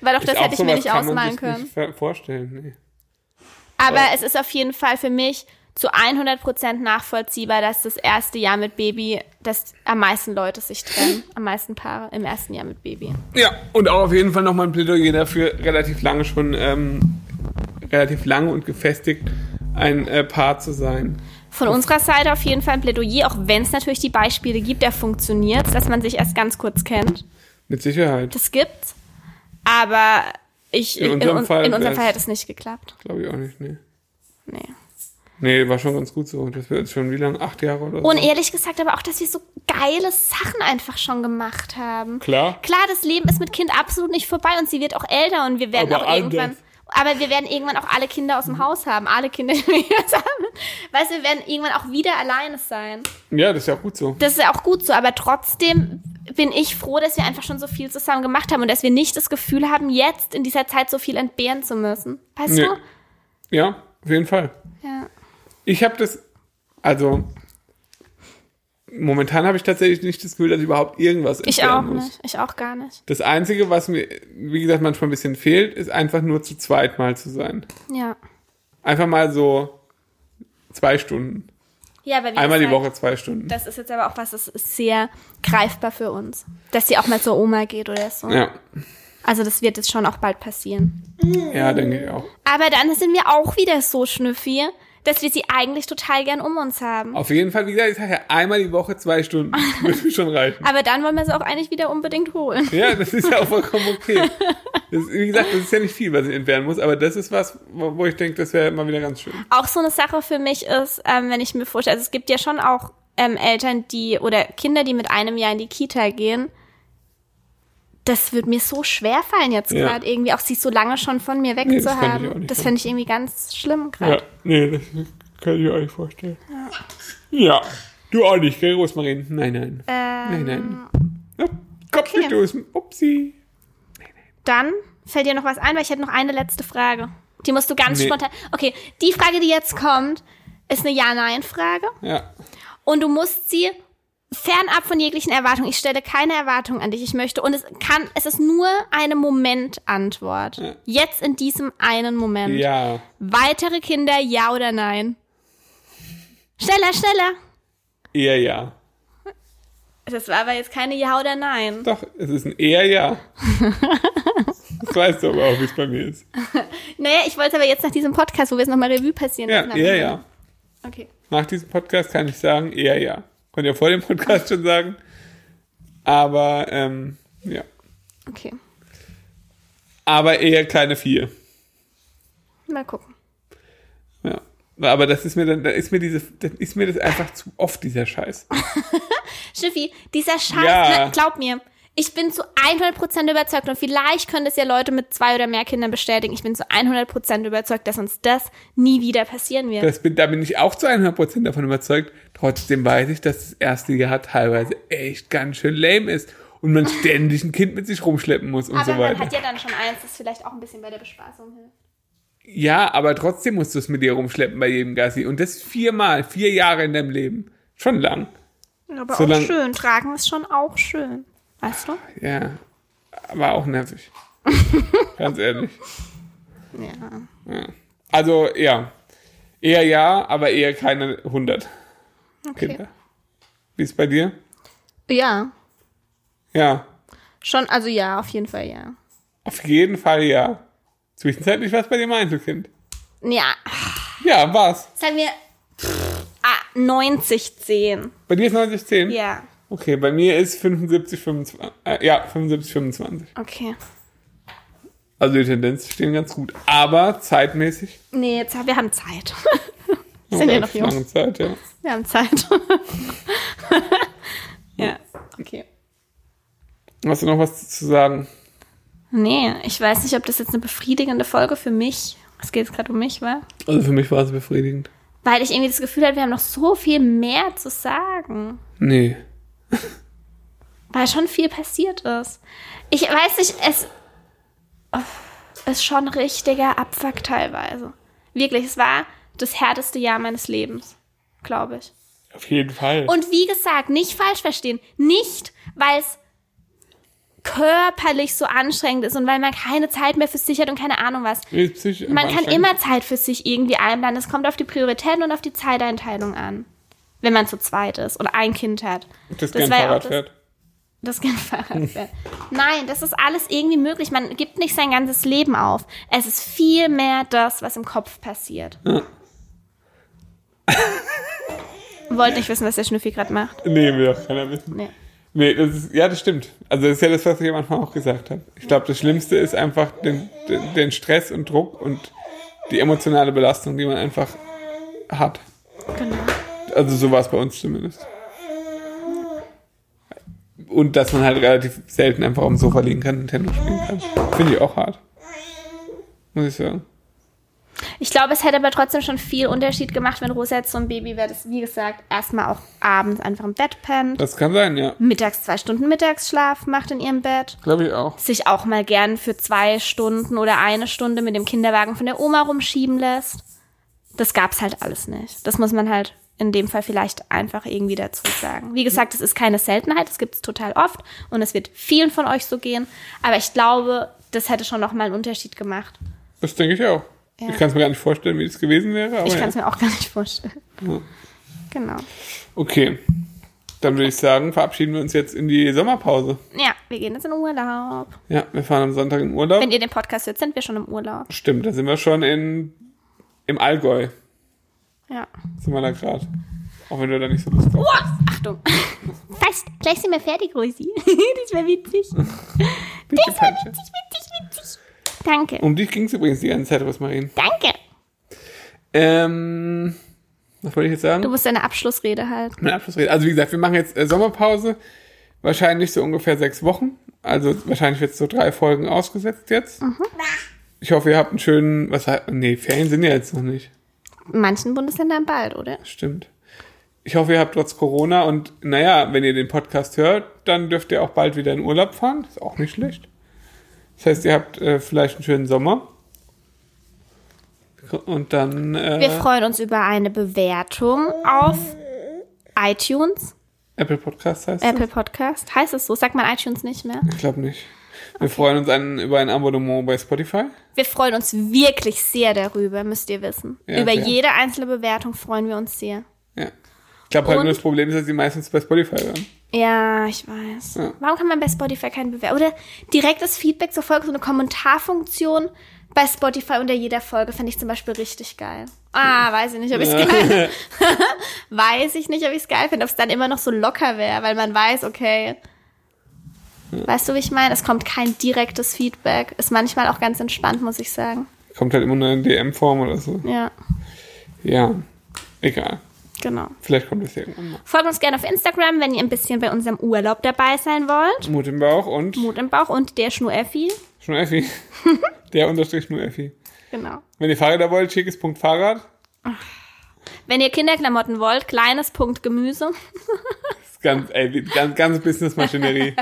S1: Weil auch das
S2: Ist auch
S1: hätte ich mir
S2: sowas,
S1: nicht
S2: kann man
S1: ausmalen
S2: sich
S1: können.
S2: Nicht ver- vorstellen, nee.
S1: Aber es ist auf jeden Fall für mich zu 100% nachvollziehbar, dass das erste Jahr mit Baby, dass am meisten Leute sich trennen. Am meisten Paare im ersten Jahr mit Baby.
S2: Ja, und auch auf jeden Fall nochmal ein Plädoyer dafür, relativ lange schon, ähm, relativ lange und gefestigt ein äh, Paar zu sein.
S1: Von unserer Seite auf jeden Fall ein Plädoyer, auch wenn es natürlich die Beispiele gibt, da funktioniert dass man sich erst ganz kurz kennt.
S2: Mit Sicherheit,
S1: Das gibt's. Aber ich,
S2: In unserem
S1: un-
S2: Fall
S1: in unserem
S2: wär's-
S1: Fall hat es nicht geklappt.
S2: glaube ich auch nicht, nee.
S1: Nee.
S2: Nee, war schon ganz gut so. Das wird jetzt schon wie lange? Acht Jahre oder so.
S1: Und ehrlich gesagt aber auch, dass wir so geile Sachen einfach schon gemacht haben.
S2: Klar.
S1: Klar, das Leben ist mit Kind absolut nicht vorbei und sie wird auch älter und wir werden
S2: Aber
S1: auch irgendwann.
S2: anders.
S1: Aber wir werden irgendwann auch alle Kinder aus dem Haus haben, alle Kinder, [laughs] die wir jetzt haben. Weißt du, wir werden irgendwann auch wieder alleine sein.
S2: Ja, das ist ja auch gut so.
S1: Das ist ja auch gut so, aber trotzdem bin ich froh, dass wir einfach schon so viel zusammen gemacht haben und dass wir nicht das Gefühl haben, jetzt in dieser Zeit so viel entbehren zu müssen. Weißt
S2: Nee.
S1: du?
S2: Ja, auf jeden Fall.
S1: Ja.
S2: Ich habe das, also momentan habe ich tatsächlich nicht das Gefühl, dass ich überhaupt irgendwas
S1: Ich
S2: entbehren
S1: auch
S2: muss.
S1: nicht. Ich auch gar nicht.
S2: Das Einzige, was mir, wie gesagt, manchmal ein bisschen fehlt, ist einfach nur zu zweit mal zu sein.
S1: Ja.
S2: Einfach mal so zwei Stunden.
S1: Ja, aber wie
S2: Einmal die
S1: gesagt,
S2: Woche zwei Stunden.
S1: Das ist jetzt aber auch was, das ist sehr greifbar für uns. Dass sie auch mal zur Oma geht oder so.
S2: Ja,
S1: Also das wird jetzt schon auch bald passieren.
S2: ja, denke ich auch.
S1: Aber dann sind wir auch wieder so schnüffi, dass wir sie eigentlich total gern um uns haben.
S2: Auf jeden Fall, wie gesagt, ich sage ja einmal die Woche zwei Stunden. Würde mir schon reichen.
S1: Aber dann wollen wir sie auch eigentlich wieder unbedingt holen.
S2: Ja, das ist ja auch vollkommen okay. Das, ist- wie gesagt, das ist ja nicht viel, was ich entbehren muss, aber das ist was, wo wo ich denke, das wäre mal wieder ganz schön.
S1: Auch so eine Sache für mich ist, ähm, wenn ich mir vorstelle, also es gibt ja schon auch ähm, Eltern, die oder Kinder, die mit einem Jahr in die Kita gehen. Das wird mir so schwer fallen jetzt
S2: Ja.
S1: gerade irgendwie, auch sie so lange schon von mir
S2: Nee, das kann ich auch
S1: wegzuhaben.
S2: nicht
S1: Das
S2: haben.
S1: finde ich irgendwie ganz schlimm gerade.
S2: Ja, nee, das kann ich mir auch nicht vorstellen. Ja, du auch nicht, gell, Rosmarin? Nein, nein.
S1: Ähm,
S2: nein, nein. Ja, Kopf
S1: okay.
S2: gestoßen. Upsi.
S1: Dann fällt dir noch was ein, weil ich hätte noch eine letzte Frage. Die musst du ganz
S2: Nee.
S1: spontan. Okay, die Frage, die jetzt kommt, ist eine Ja-Nein-Frage.
S2: Ja,
S1: Und du musst sie fernab von jeglichen Erwartungen. Ich stelle keine Erwartungen an dich. Ich möchte. Und es kann, es ist nur eine Momentantwort.
S2: Ja.
S1: Jetzt in diesem einen Moment.
S2: ja.
S1: Weitere Kinder, ja oder nein? Schneller, schneller!
S2: Eher ja.
S1: Das war aber jetzt keine Ja oder Nein.
S2: Doch, es ist ein eher ja. das weißt du aber auch, wie es bei mir ist.
S1: Naja, ich wollte es aber jetzt nach diesem Podcast, wo wir es nochmal Revue passieren
S2: Ja,
S1: lassen.
S2: eher ja.
S1: Okay.
S2: Nach diesem Podcast kann ich sagen, eher ja. Konnte ja vor dem Podcast schon sagen. Aber, ähm, ja.
S1: Okay.
S2: Aber eher kleine vier.
S1: Mal gucken.
S2: Ja. Aber das ist mir dann, da ist mir diese, das ist mir das einfach zu oft, dieser Scheiß.
S1: Schiffi, dieser Scheiß,
S2: Ja.
S1: gla- glaub mir, ich bin zu 100% überzeugt und vielleicht können es ja Leute mit zwei oder mehr Kindern bestätigen. Ich bin zu 100% überzeugt, dass uns das nie wieder passieren wird.
S2: Das bin, da bin ich auch zu 100% davon überzeugt. Trotzdem weiß ich, dass das erste Jahr teilweise echt ganz schön lame ist und man ständig ein Kind mit sich rumschleppen muss und
S1: Aber
S2: so
S1: man
S2: weiter.
S1: hat ja dann schon eins, das vielleicht auch ein bisschen bei der Bespaßung hilft.
S2: Ja, aber trotzdem musst du es mit dir rumschleppen bei jedem Gassi. Und das viermal, vier Jahre in deinem Leben. Schon lang.
S1: Aber auch
S2: Solange-
S1: schön. Tragen ist schon auch schön. Weißt du?
S2: Ja. War
S1: [laughs]
S2: auch nervig. Ganz ehrlich.
S1: Ja.
S2: Ja. Also, ja. Eher ja, aber eher keine 100
S1: Okay.
S2: Kinder. Wie ist bei dir?
S1: Ja.
S2: Ja.
S1: Schon, also ja, auf jeden Fall ja.
S2: Auf jeden Fall ja. Zwischenzeitlich war es bei dir mein Einzelkind.
S1: Ja.
S2: Ja, war's.
S1: Sagen wir pff, ah, 90, 10.
S2: Bei dir ist 90, 10?
S1: Ja.
S2: Okay, bei mir ist 75, 25. Äh, ja, 75, 25.
S1: Okay.
S2: Also die Tendenzen stehen ganz gut. Aber zeitmäßig.
S1: Nee, jetzt, wir haben Zeit.
S2: haben
S1: Sind ja
S2: wir
S1: noch
S2: lange
S1: jung.
S2: Zeit, ja.
S1: Wir haben [laughs] Zeit. ja, okay.
S2: Hast du noch was zu sagen?
S1: Nee, ich weiß nicht, ob das jetzt eine befriedigende Folge für mich, es geht jetzt gerade um mich, war,
S2: Also für mich war es befriedigend.
S1: weil ich irgendwie das Gefühl hatte, wir haben noch so viel mehr zu sagen,
S2: Nee.
S1: weil schon viel passiert ist. Ich weiß nicht, es ist schon richtiger Abfuck teilweise. Wirklich, es war das härteste Jahr meines Lebens, glaube ich.
S2: Auf jeden Fall.
S1: Und wie gesagt, nicht falsch verstehen. Nicht, weil es körperlich so anstrengend ist und weil man keine Zeit mehr für sich hat und keine Ahnung was.
S2: Nee, ist psychisch am
S1: Man kann
S2: Anfang.
S1: immer Zeit für sich irgendwie einplanen. Es kommt auf die Prioritäten und auf die Zeiteinteilung an. Wenn man zu zweit ist oder ein Kind hat. das
S2: Das, gern
S1: war ja auch
S2: Fahrrad
S1: das-
S2: fährt.
S1: Das kann Fahrrad werden. Nein, das ist alles irgendwie möglich. Man gibt nicht sein ganzes Leben auf. Es ist viel mehr das, was im Kopf passiert. Wollt nicht wissen, was der Schnüffi gerade macht.
S2: Nee, will doch keiner wissen.
S1: Nee.
S2: Nee, das ist, ja, das stimmt. Also das ist ja das, was ich am Anfang auch gesagt habe. Ich glaube, das Schlimmste ist einfach den, den, den Stress und Druck und die emotionale Belastung, die man einfach hat.
S1: Genau.
S2: Also so war es bei uns zumindest. Und dass man halt relativ selten einfach auf dem Sofa liegen kann, Nintendo spielen kann. Finde ich auch hart. Muss ich sagen.
S1: Ich glaube, es hätte aber trotzdem schon viel Unterschied gemacht, wenn Rosa jetzt so ein Baby wäre, das, wie gesagt, erstmal auch abends einfach im Bett pennt,
S2: Das kann sein, ja.
S1: mittags zwei Stunden Mittagsschlaf macht in ihrem Bett,
S2: Glaube ich auch.
S1: sich auch mal gern für zwei Stunden oder eine Stunde mit dem Kinderwagen von der Oma rumschieben lässt. Das gab's halt alles nicht. Das muss man halt in dem Fall vielleicht einfach irgendwie dazu sagen. Wie gesagt, es ist keine Seltenheit, es gibt's total oft und es wird vielen von euch so gehen, aber ich glaube, das hätte schon nochmal einen Unterschied gemacht.
S2: Das denke ich auch.
S1: Ja.
S2: Ich kann es mir gar nicht vorstellen, wie das gewesen wäre. Aber
S1: Ich
S2: ja.
S1: kann's mir auch gar nicht vorstellen.
S2: Ja.
S1: Genau.
S2: Okay. Dann würde ich sagen, verabschieden wir uns jetzt in die Sommerpause.
S1: Ja, wir gehen jetzt in Urlaub.
S2: Ja, wir fahren am Sonntag in Urlaub.
S1: Wenn ihr den Podcast hört, sind wir schon im Urlaub.
S2: Stimmt, da sind wir schon in im Allgäu.
S1: Ja.
S2: Sind wir da gerade. Auch wenn du da nicht so Lust hast.
S1: Achtung. [laughs] Fast. Gleich sind wir fertig, Rosi. [laughs] das war [laughs] witzig. Witzig,
S2: Bitte, Patsche.
S1: witzig, witzig. Danke.
S2: Um dich ging es übrigens die ganze Zeit, Rosmarin.
S1: Danke.
S2: Ähm, was wollte ich jetzt sagen?
S1: Du musst deine Abschlussrede halten.
S2: Meine Abschlussrede. Also wie gesagt, wir machen jetzt äh, Sommerpause. Wahrscheinlich so ungefähr sechs Wochen. Also wahrscheinlich wird so drei Folgen ausgesetzt jetzt.
S1: Mhm.
S2: Ich hoffe, ihr habt einen schönen... Was, he- nee, Ferien sind ja jetzt noch nicht.
S1: In manchen Bundesländern bald, oder?
S2: Stimmt. Ich hoffe, ihr habt trotz Corona und naja, wenn ihr den Podcast hört, dann dürft ihr auch bald wieder in Urlaub fahren. Ist auch nicht schlecht. Das heißt, ihr habt äh, vielleicht einen schönen Sommer. Und dann... Äh,
S1: Wir freuen uns über eine Bewertung auf iTunes,
S2: Apple Podcast heißt
S1: Apple Podcast. Heißt es so? Sagt man iTunes nicht mehr?
S2: Ich glaube nicht. Wir freuen uns an, über ein Abonnement bei Spotify.
S1: Wir freuen uns wirklich sehr darüber, müsst ihr wissen.
S2: Ja,
S1: über
S2: sehr.
S1: jede einzelne Bewertung freuen wir uns sehr.
S2: Ja. Ich glaube halt
S1: Und-
S2: nur das Problem ist, dass sie meistens bei Spotify hören.
S1: Ja, ich weiß.
S2: Ja.
S1: Warum kann man bei Spotify keinen Bewertung? Oder direktes Feedback zur Folge, so eine Kommentarfunktion bei Spotify unter jeder Folge fände ich zum Beispiel richtig geil. Ah, weiß ich nicht, ob ich es geil [laughs] Weiß ich nicht, ob ich es geil finde, ob es dann immer noch so locker wäre, weil man weiß, okay. Weißt du, wie ich meine? Es kommt kein direktes Feedback. Ist manchmal auch ganz entspannt, muss ich sagen.
S2: Kommt halt immer nur in DM-Form oder so.
S1: Ja,
S2: Ja. Egal.
S1: genau.
S2: Vielleicht kommt das irgendwann mal.
S1: Folgt uns gerne auf Instagram, wenn ihr ein bisschen bei unserem Urlaub dabei sein wollt.
S2: Mut im Bauch und
S1: Mut im Bauch und der Schnureffi. [laughs]
S2: schon Effi. Der unterstrich nur Effi.
S1: Genau.
S2: Wenn ihr Fahrräder wollt, schickes Punkt Fahrrad.
S1: Wenn ihr Kinderklamotten wollt, kleines Punkt Gemüse.
S2: Ist ganz, ey, wie- ganz, ganz Business-Maschinerie.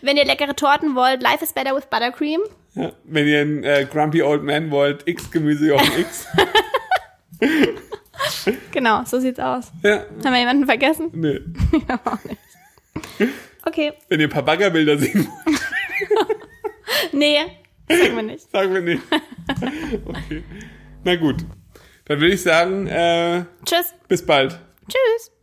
S1: Wenn ihr leckere Torten wollt, Life is better with Buttercream.
S2: Ja. Wenn ihr einen äh, Grumpy Old Man wollt, X Gemüse auf X.
S1: Genau, so sieht's aus.
S2: Ja,
S1: Haben wir jemanden vergessen? [laughs]
S2: nee.
S1: Ich glaub auch nicht. Okay,
S2: Wenn ihr ein paar Baggerbilder sehen wollt,
S1: nee, sagen wir nicht.
S2: sagen wir nicht. Okay. Na gut. Dann würde ich sagen, äh,
S1: Tschüss,
S2: bis bald.
S1: tschüss.